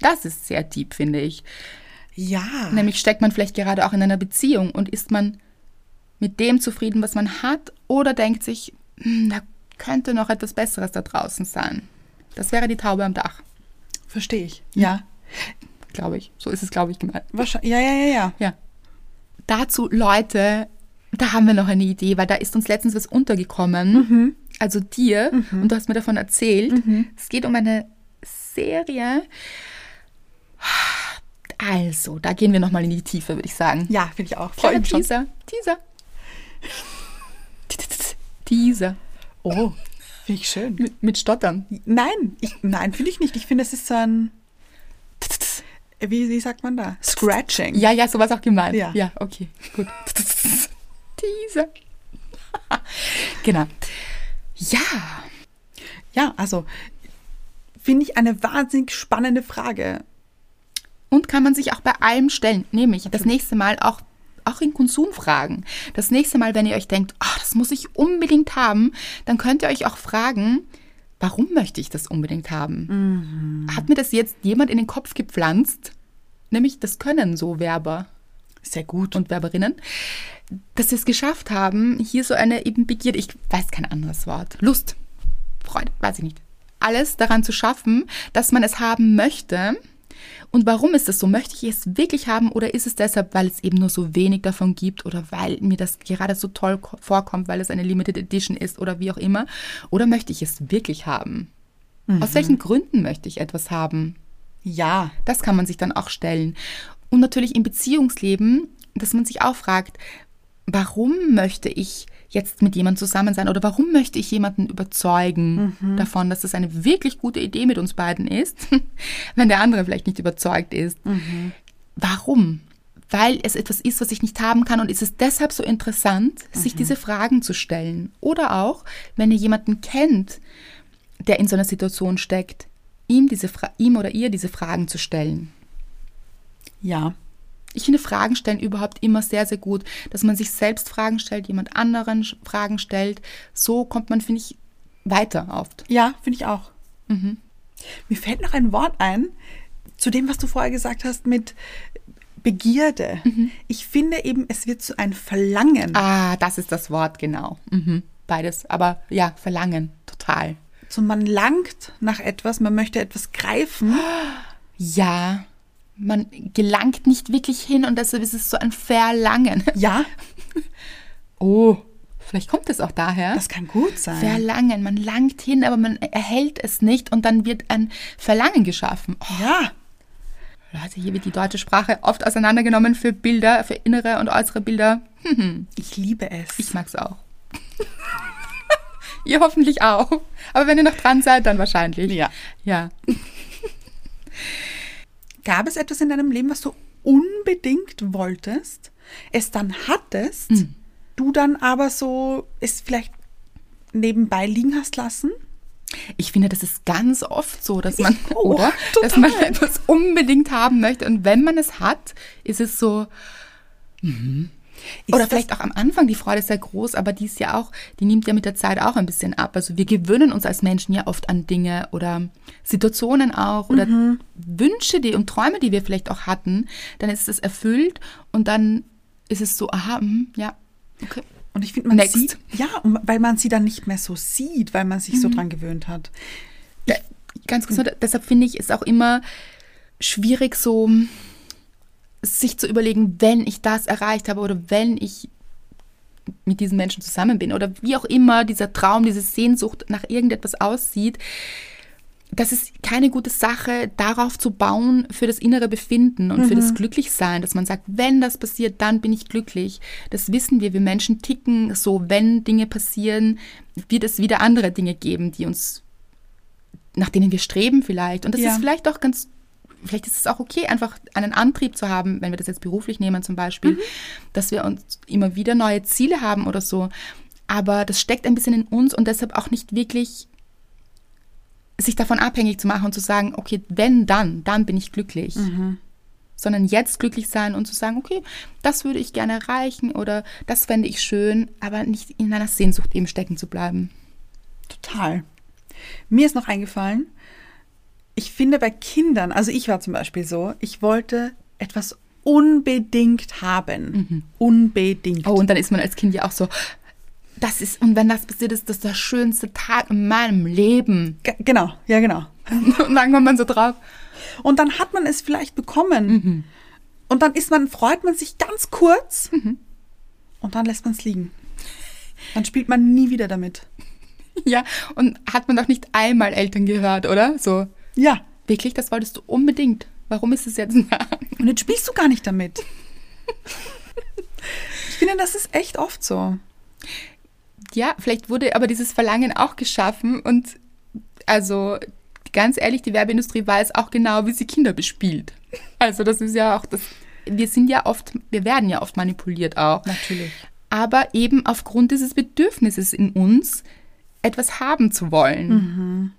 Das ist sehr deep, finde ich. Ja. Nämlich steckt man vielleicht gerade auch in einer Beziehung und ist man mit dem zufrieden, was man hat, oder denkt sich, "Hm, da könnte noch etwas Besseres da draußen sein. Das wäre die Taube am Dach, Verstehe ich. Ja. glaube ich. So ist es, glaube ich, gemeint. Wahrscheinlich. Ja, ja, ja, ja. Ja. Dazu, Leute, da haben wir noch eine Idee, weil da ist uns letztens was untergekommen. Also dir, und du hast mir davon erzählt. Es geht um eine Serie. Also, da gehen wir nochmal in die Tiefe, würde ich sagen. Ja, finde ich auch. Kleiner Freue mich schon. Teaser. Teaser. Teaser. Oh, finde ich schön. Mit, mit Stottern. Nein, ich, nein, finde ich nicht. Ich finde, es ist so ein. Wie, wie sagt man da? Scratching. Ja, ja, so war es auch gemeint. Ja. ja okay, gut. Teaser. genau. Ja. Ja, also finde ich eine wahnsinnig spannende Frage. Und kann man sich auch bei allem stellen, nämlich das nächste Mal auch, auch in Konsumfragen. Das nächste Mal, wenn ihr euch denkt, ah, das muss ich unbedingt haben, dann könnt ihr euch auch fragen, warum möchte ich das unbedingt haben? Mhm. Hat mir das jetzt jemand in den Kopf gepflanzt? Nämlich, das können so Werber Sehr gut. Und und Werberinnen, dass sie es geschafft haben, hier so eine eben Begierde, ich weiß kein anderes Wort, Lust, Freude, weiß ich nicht, alles daran zu schaffen, dass man es haben möchte. Und warum ist das so? Möchte ich es wirklich haben oder ist es deshalb, weil es eben nur so wenig davon gibt oder weil mir das gerade so toll ko- vorkommt, weil es eine Limited Edition ist oder wie auch immer? Oder möchte ich es wirklich haben? Aus welchen Gründen möchte ich etwas haben? ja, Das kann man sich dann auch stellen. Und natürlich im Beziehungsleben, dass man sich auch fragt, warum möchte ich jetzt mit jemandem zusammen sein oder warum möchte ich jemanden überzeugen davon, dass das eine wirklich gute Idee mit uns beiden ist, wenn der andere vielleicht nicht überzeugt ist. Warum? Weil es etwas ist, was ich nicht haben kann und ist es deshalb so interessant, sich diese Fragen zu stellen. Oder auch, wenn ihr jemanden kennt, der in so einer Situation steckt, ihm, diese Fra ihm oder ihr diese Fragen zu stellen. ja. Ich finde Fragen stellen überhaupt immer sehr, sehr gut, dass man sich selbst Fragen stellt, jemand anderen sch- Fragen stellt. So kommt man, finde ich, weiter oft. Ja, finde ich auch. Mhm. Mir fällt noch ein Wort ein zu dem, was du vorher gesagt hast mit Begierde. Ich finde eben, es wird so ein Verlangen Mhm. Ah, das ist das Wort, genau. Mhm. Beides. Aber ja, verlangen, total. So, Also, man langt nach etwas, man möchte etwas greifen. Ja, man gelangt nicht wirklich hin und deshalb ist es so ein Verlangen. Ja, Oh, vielleicht kommt es auch daher. das kann gut sein. Verlangen. Man langt hin, aber man erhält es nicht und dann wird ein Verlangen geschaffen. Oh, ja, Leute, hier wird die deutsche Sprache oft auseinandergenommen für Bilder, für innere und äußere Bilder. ich liebe es. Ich mag's auch. ihr hoffentlich auch. Aber wenn ihr noch dran seid, dann wahrscheinlich. Ja. Ja. Gab es etwas in deinem Leben, was du unbedingt wolltest, es dann hattest, Mhm. du dann aber so es vielleicht nebenbei liegen hast lassen? Ich finde, das ist ganz oft so, dass man, Ich auch, oder? Dass man etwas unbedingt haben möchte. Und wenn man es hat, ist es so, mhm. Ist Oder das- vielleicht auch am Anfang, die Freude ist ja groß, aber die ist ja auch, die nimmt ja mit der Zeit auch ein bisschen ab. Also wir gewöhnen uns als Menschen ja oft an Dinge oder Situationen auch oder Wünsche, die und Träume, die wir vielleicht auch hatten. Dann ist es erfüllt und dann ist es so, aha, mhm, ja, okay. Und ich finde, man Next. sieht, ja, und weil man sie dann nicht mehr so sieht, weil man sich Mhm. so dran gewöhnt hat. Ganz kurz, nur, deshalb finde ich es auch immer schwierig, so sich zu überlegen, wenn ich das erreicht habe oder wenn ich mit diesen Menschen zusammen bin oder wie auch immer dieser Traum, diese Sehnsucht nach irgendetwas aussieht. Das ist keine gute Sache, darauf zu bauen für das innere Befinden und für das Glücklichsein, dass man sagt, wenn das passiert, dann bin ich glücklich. Das wissen wir, wir Menschen ticken so, wenn Dinge passieren, wird es wieder andere Dinge geben, die uns nach denen wir streben vielleicht. Und das Ja. ist vielleicht auch ganz, vielleicht ist es auch okay, einfach einen Antrieb zu haben, wenn wir das jetzt beruflich nehmen zum Beispiel, dass wir uns immer wieder neue Ziele haben oder so. Aber das steckt ein bisschen in uns und deshalb auch nicht wirklich sich davon abhängig zu machen und zu sagen, okay, wenn dann, dann bin ich glücklich. Sondern jetzt glücklich sein und zu sagen, okay, das würde ich gerne erreichen oder das fände ich schön, aber nicht in einer Sehnsucht eben stecken zu bleiben. Total. Mir ist noch eingefallen, ich finde bei Kindern, also ich war zum Beispiel so, ich wollte etwas unbedingt haben. Unbedingt. Mhm. Oh, und dann ist man als Kind ja auch so, das ist, und wenn das passiert ist, das ist der schönste Tag in meinem Leben. Ge- Genau, ja, genau. Und dann kommt man so drauf. Und dann hat man es vielleicht bekommen. Und dann ist man, freut man sich ganz kurz und dann lässt man es liegen. Dann spielt man nie wieder damit. Ja, und hat man doch nicht einmal Eltern gehört, oder? So, Ja. wirklich, das wolltest du unbedingt. Warum ist es jetzt? Und jetzt spielst du gar nicht damit. ich finde, das ist echt oft so. ja, vielleicht wurde aber dieses Verlangen auch geschaffen und also ganz ehrlich, die Werbeindustrie weiß auch genau, wie sie Kinder bespielt. Also das ist ja auch das. Wir sind ja oft, wir werden ja oft manipuliert auch. Natürlich. aber eben aufgrund dieses Bedürfnisses in uns, etwas haben zu wollen.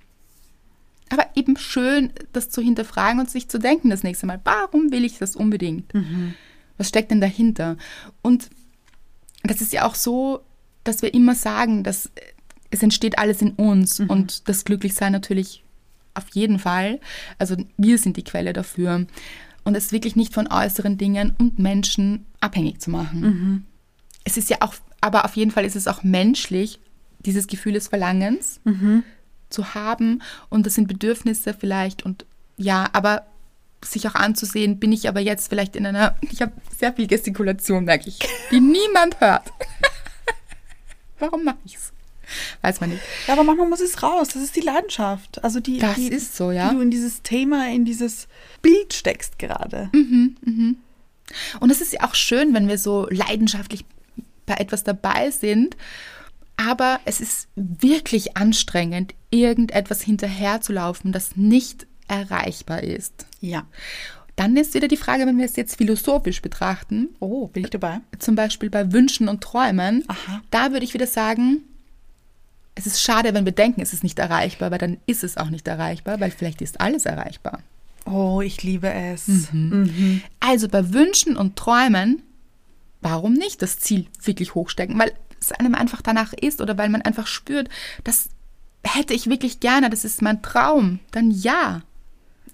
Aber eben schön, das zu hinterfragen und sich zu denken das nächste Mal, warum will ich das unbedingt? Was steckt denn dahinter? Und das ist ja auch so, dass wir immer sagen, dass es entsteht alles in uns und das Glücklichsein natürlich auf jeden Fall. Also wir sind die Quelle dafür. Und es wirklich nicht von äußeren Dingen und Menschen abhängig zu machen. Es ist ja auch, aber auf jeden Fall ist es auch menschlich, dieses Gefühl des Verlangens zu haben. Und das sind Bedürfnisse vielleicht und ja, aber sich auch anzusehen, bin ich aber jetzt vielleicht in einer, ich habe sehr viel Gestikulation, merke ich, die niemand hört. Warum mache ich es? Weiß man nicht. Ja, aber manchmal muss es raus. Das ist die Leidenschaft. Also die, Das die, ist so, ja. die du in dieses Thema, in dieses Bild steckst gerade. Und es ist ja auch schön, wenn wir so leidenschaftlich bei etwas dabei sind. Aber es ist wirklich anstrengend, irgendetwas hinterherzulaufen, das nicht erreichbar ist. Ja. Dann ist wieder die Frage, wenn wir es jetzt philosophisch betrachten, Oh, bin ich dabei? zum Beispiel bei Wünschen und Träumen, Aha. da würde ich wieder sagen, es ist schade, wenn wir denken, es ist nicht erreichbar, weil dann ist es auch nicht erreichbar, weil vielleicht ist alles erreichbar. Oh, ich liebe es. Also bei Wünschen und Träumen, warum nicht das Ziel wirklich hochstecken? Weil es einem einfach danach ist oder weil man einfach spürt, das hätte ich wirklich gerne, das ist mein Traum, dann ja.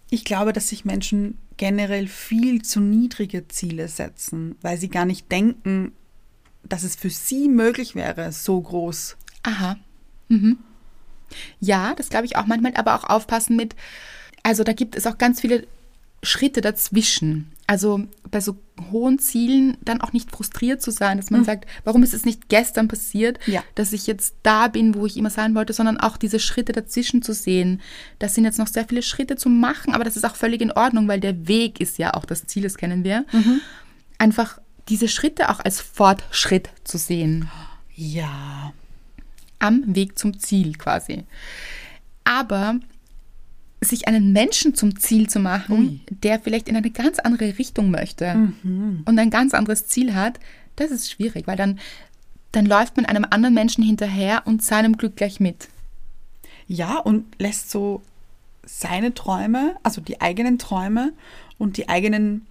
Ich glaube, dass sich Menschen generell viel zu niedrige Ziele setzen, weil sie gar nicht denken, dass es für sie möglich wäre, so groß. Aha. Mhm. Ja, das glaube ich auch manchmal, aber auch aufpassen mit, also da gibt es auch ganz viele Schritte dazwischen. Also bei so hohen Zielen dann auch nicht frustriert zu sein, dass man sagt, warum ist es nicht gestern passiert, Ja. dass ich jetzt da bin, wo ich immer sein wollte, sondern auch diese Schritte dazwischen zu sehen. Das sind jetzt noch sehr viele Schritte zu machen, aber das ist auch völlig in Ordnung, weil der Weg ist ja auch das Ziel, das kennen wir. Einfach diese Schritte auch als Fortschritt zu sehen Ja. am Weg zum Ziel quasi. Aber sich einen Menschen zum Ziel zu machen, der vielleicht in eine ganz andere Richtung möchte und ein ganz anderes Ziel hat, das ist schwierig, weil dann, dann läuft man einem anderen Menschen hinterher und seinem Glück gleich mit. Ja, und lässt so seine Träume, also die eigenen Träume und die eigenen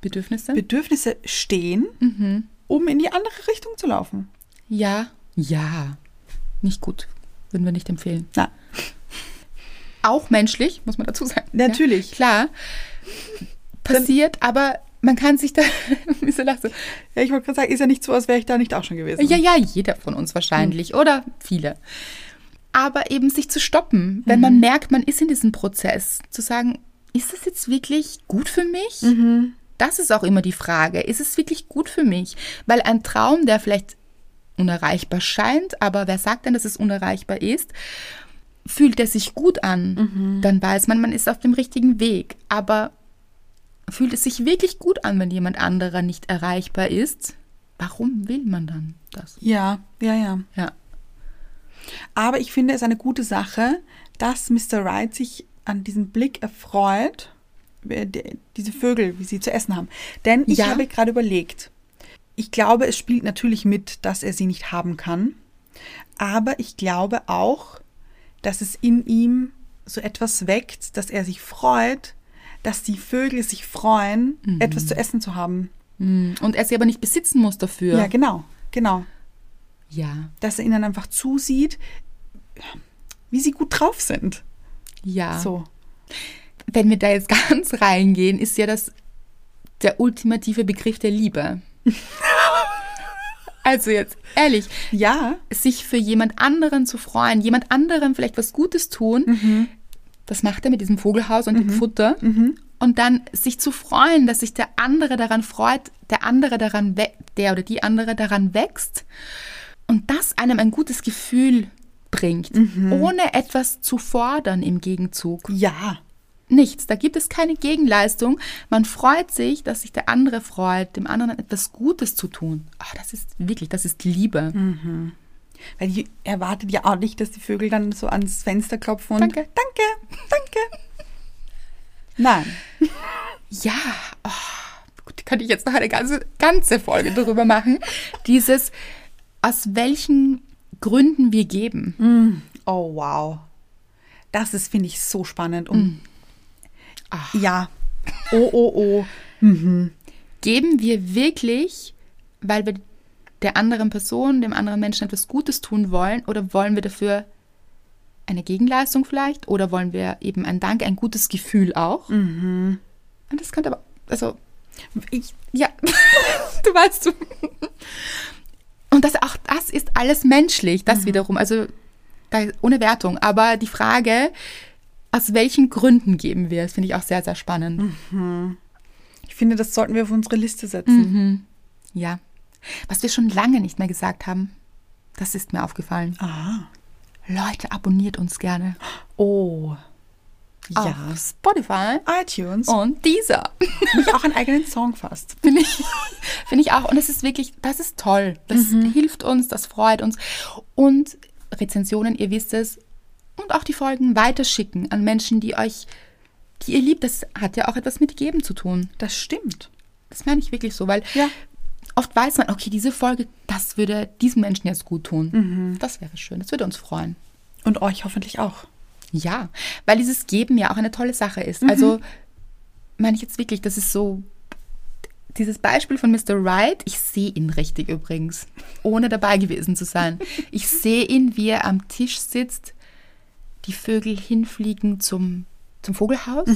Bedürfnisse? Bedürfnisse stehen, um in die andere Richtung zu laufen. ja. Ja. Nicht gut. Würden wir nicht empfehlen. Na, Auch menschlich, muss man dazu sagen. Natürlich. Ja, klar. Passiert, aber man kann sich da. Wieso lachst du? ja, ich wollte gerade sagen, ist ja nicht so, als wäre ich da nicht auch schon gewesen. Ja, ja, jeder von uns wahrscheinlich oder viele. Aber eben sich zu stoppen, wenn man merkt, man ist in diesem Prozess, zu sagen, ist das jetzt wirklich gut für mich? Das ist auch immer die Frage. Ist es wirklich gut für mich? Weil ein Traum, der vielleicht unerreichbar scheint, aber wer sagt denn, dass es unerreichbar ist? Fühlt er sich gut an, dann weiß man, man ist auf dem richtigen Weg. Aber fühlt es sich wirklich gut an, wenn jemand anderer nicht erreichbar ist? Warum will man dann das? Ja, ja, ja. Ja. Aber ich finde es eine gute Sache, dass Mr. Wright sich an diesem Blick erfreut, äh, die- diese Vögel, wie sie zu essen haben. Denn ich Ja. habe gerade überlegt, ich glaube, es spielt natürlich mit, dass er sie nicht haben kann. Aber ich glaube auch, dass es in ihm so etwas weckt, dass er sich freut, dass die Vögel sich freuen, Mhm. etwas zu essen zu haben. Und er sie aber nicht besitzen muss dafür. Ja, genau, genau. ja. Dass er ihnen einfach zusieht, wie sie gut drauf sind. ja. So. Wenn wir da jetzt ganz reingehen, ist ja das der ultimative Begriff der Liebe. also jetzt, ehrlich, Ja, sich für jemand anderen zu freuen, jemand anderem vielleicht was Gutes tun, das macht er mit diesem Vogelhaus und dem Futter. Und dann sich zu freuen, dass sich der andere daran freut, der andere daran, wä- der oder die andere daran wächst und das einem ein gutes Gefühl bringt, ohne etwas zu fordern im Gegenzug. ja. Nichts, da gibt es keine Gegenleistung. Man freut sich, dass sich der andere freut, dem anderen etwas Gutes zu tun. Ah, das ist wirklich, das ist Liebe. Weil die erwartet ja auch nicht, dass die Vögel dann so ans Fenster klopfen und Danke. danke, danke. Nein. Ja, oh, gut, könnte ich jetzt noch eine ganze, ganze Folge darüber machen. Dieses, aus welchen Gründen wir geben. Oh wow. Das ist, finde ich, so spannend. Und Mm. Ach. Ja. Oh, oh, oh. Geben wir wirklich, weil wir der anderen Person, dem anderen Menschen etwas Gutes tun wollen oder wollen wir dafür eine Gegenleistung vielleicht oder wollen wir eben einen Dank, ein gutes Gefühl auch? Und das könnte aber, also Ich, Ja, du weißt du. Und das, auch das ist alles menschlich, das wiederum. Also da, ohne Wertung. Aber die Frage, aus welchen Gründen geben wir es, finde ich auch sehr, sehr spannend. ich finde, das sollten wir auf unsere Liste setzen. Mhm. Ja. Was wir schon lange nicht mehr gesagt haben, das ist mir aufgefallen. Ah. Leute, abonniert uns gerne. Oh. Ja. Auf Spotify iTunes. und dieser. Mich auch einen eigenen Song fast. Finde ich, finde ich auch. Und es ist wirklich, das ist toll. Das Mhm. hilft uns, das freut uns. Und Rezensionen, ihr wisst es. Und auch die Folgen weiterschicken an Menschen, die euch, die ihr liebt. Das hat ja auch etwas mit Geben zu tun. Das stimmt. Das meine ich wirklich so, weil Ja. oft weiß man, okay, diese Folge, das würde diesem Menschen jetzt gut tun. Mhm. Das wäre schön, das würde uns freuen. Und euch hoffentlich auch. Ja, weil dieses Geben ja auch eine tolle Sache ist. Also meine ich jetzt wirklich, das ist so dieses Beispiel von Mr. Wright. Ich sehe ihn richtig übrigens, ohne dabei gewesen zu sein. Ich sehe ihn, wie er am Tisch sitzt, die Vögel hinfliegen zum zum Vogelhaus,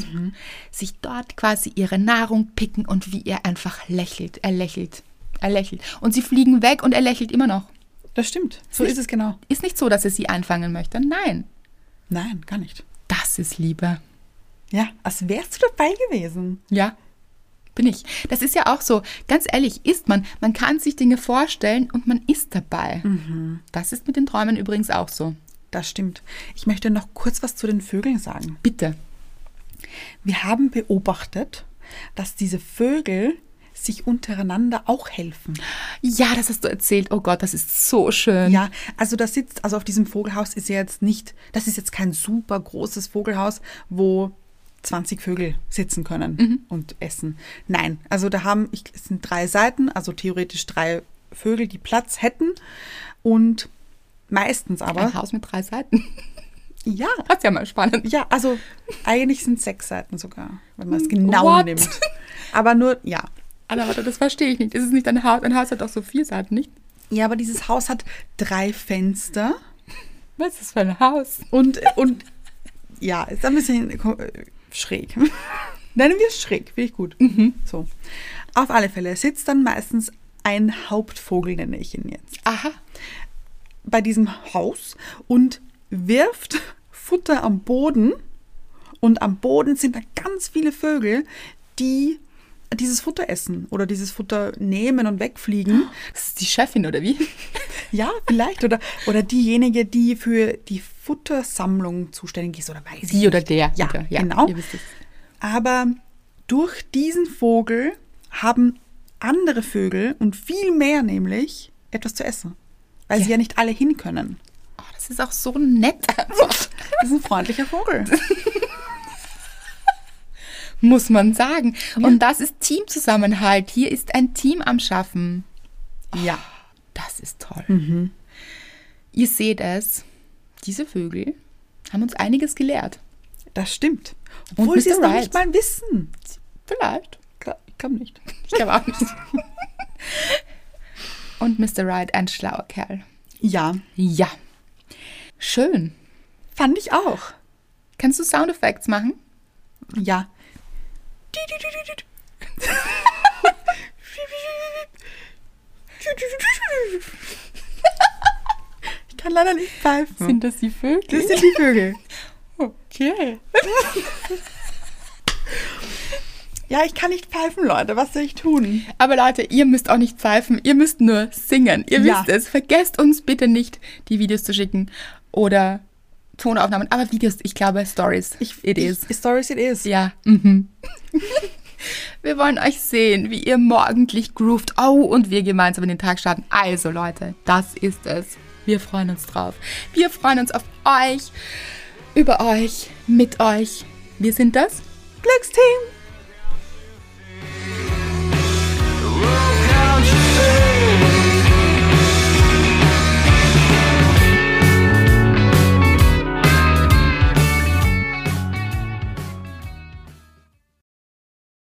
sich dort quasi ihre Nahrung picken und wie er einfach lächelt. Er lächelt. Er lächelt. Und sie fliegen weg und er lächelt immer noch. Das stimmt. So ist es genau. Ist nicht so, dass er sie einfangen möchte. Nein, Nein, gar nicht. das ist Liebe. Ja, als wärst du dabei gewesen. Ja, bin ich. Das ist ja auch so. Ganz ehrlich, ist man. Man kann sich Dinge vorstellen und man ist dabei. Das ist mit den Träumen übrigens auch so. Das stimmt. Ich möchte noch kurz was zu den Vögeln sagen. Bitte. Wir haben beobachtet, dass diese Vögel sich untereinander auch helfen. Ja, das hast du erzählt. Oh Gott, das ist so schön. Ja, also das sitzt, also auf diesem Vogelhaus ist ja jetzt nicht, das ist jetzt kein super großes Vogelhaus, wo 20 Vögel sitzen können und essen. Nein, also da haben, ich, es sind drei Seiten, also theoretisch drei Vögel, die Platz hätten und meistens aber, Ein Haus mit drei Seiten. ja, Das ist ja mal spannend. ja, also eigentlich sind es sechs Seiten sogar, wenn man es genau What? nimmt. Aber nur, ja. Aber warte, das verstehe ich nicht. Ist es nicht ein Haus? Ein Haus hat doch so vier Seiten, nicht? Ja, aber dieses Haus hat drei Fenster Was ist das für ein Haus? und, und ja, ist ein bisschen ko- äh, schräg. Nennen wir es schräg, finde ich gut. So. Auf alle Fälle sitzt dann meistens ein Hauptvogel, nenne ich ihn jetzt. Aha. bei diesem Haus und wirft Futter am Boden. Und am Boden sind da ganz viele Vögel, die dieses Futter essen oder dieses Futter nehmen und wegfliegen. Das ist die Chefin, oder wie? Ja, vielleicht. Oder, oder diejenige, die für die Futtersammlung zuständig ist oder weiß ich Sie oder nicht. der. Ja, oder, genau. Ihr wisst es. Aber durch diesen Vogel haben andere Vögel und viel mehr nämlich etwas zu essen. Weil sie ja nicht alle hin können. Oh, das ist auch so nett. einfach. Das ist ein freundlicher Vogel. Muss man sagen. Und das ist Teamzusammenhalt. Hier ist ein Team am Schaffen. Ja. Das ist toll. Mhm. Ihr seht es, diese Vögel haben uns einiges gelehrt. Das stimmt. Und Obwohl sie es Mr. noch nicht Right. mal wissen. Vielleicht. Ich glaube nicht. Ich glaube auch nicht. Und Mr. Wright, ein schlauer Kerl. Ja, Ja. Schön. fand ich auch. Kannst du Sound Effects machen? Ja. Ich kann leider nicht pfeifen. das die Vögel? Hm. Das sind die Vögel. Okay. Ja, ich kann nicht pfeifen, Leute. Was soll ich tun? Aber Leute, ihr müsst auch nicht pfeifen, ihr müsst nur singen. Ihr Ja. wisst es. Vergesst uns bitte nicht, die Videos zu schicken oder Tonaufnahmen. Aber Videos, ich glaube, Stories. It is. Ich, stories it is. Ja. Mhm. wir wollen euch sehen, wie ihr morgendlich groovt. Oh, und wir gemeinsam in den Tag starten. Also Leute, das ist es. Wir freuen uns drauf. Wir freuen uns auf euch, über euch, mit euch. Wir sind das Glücksteam.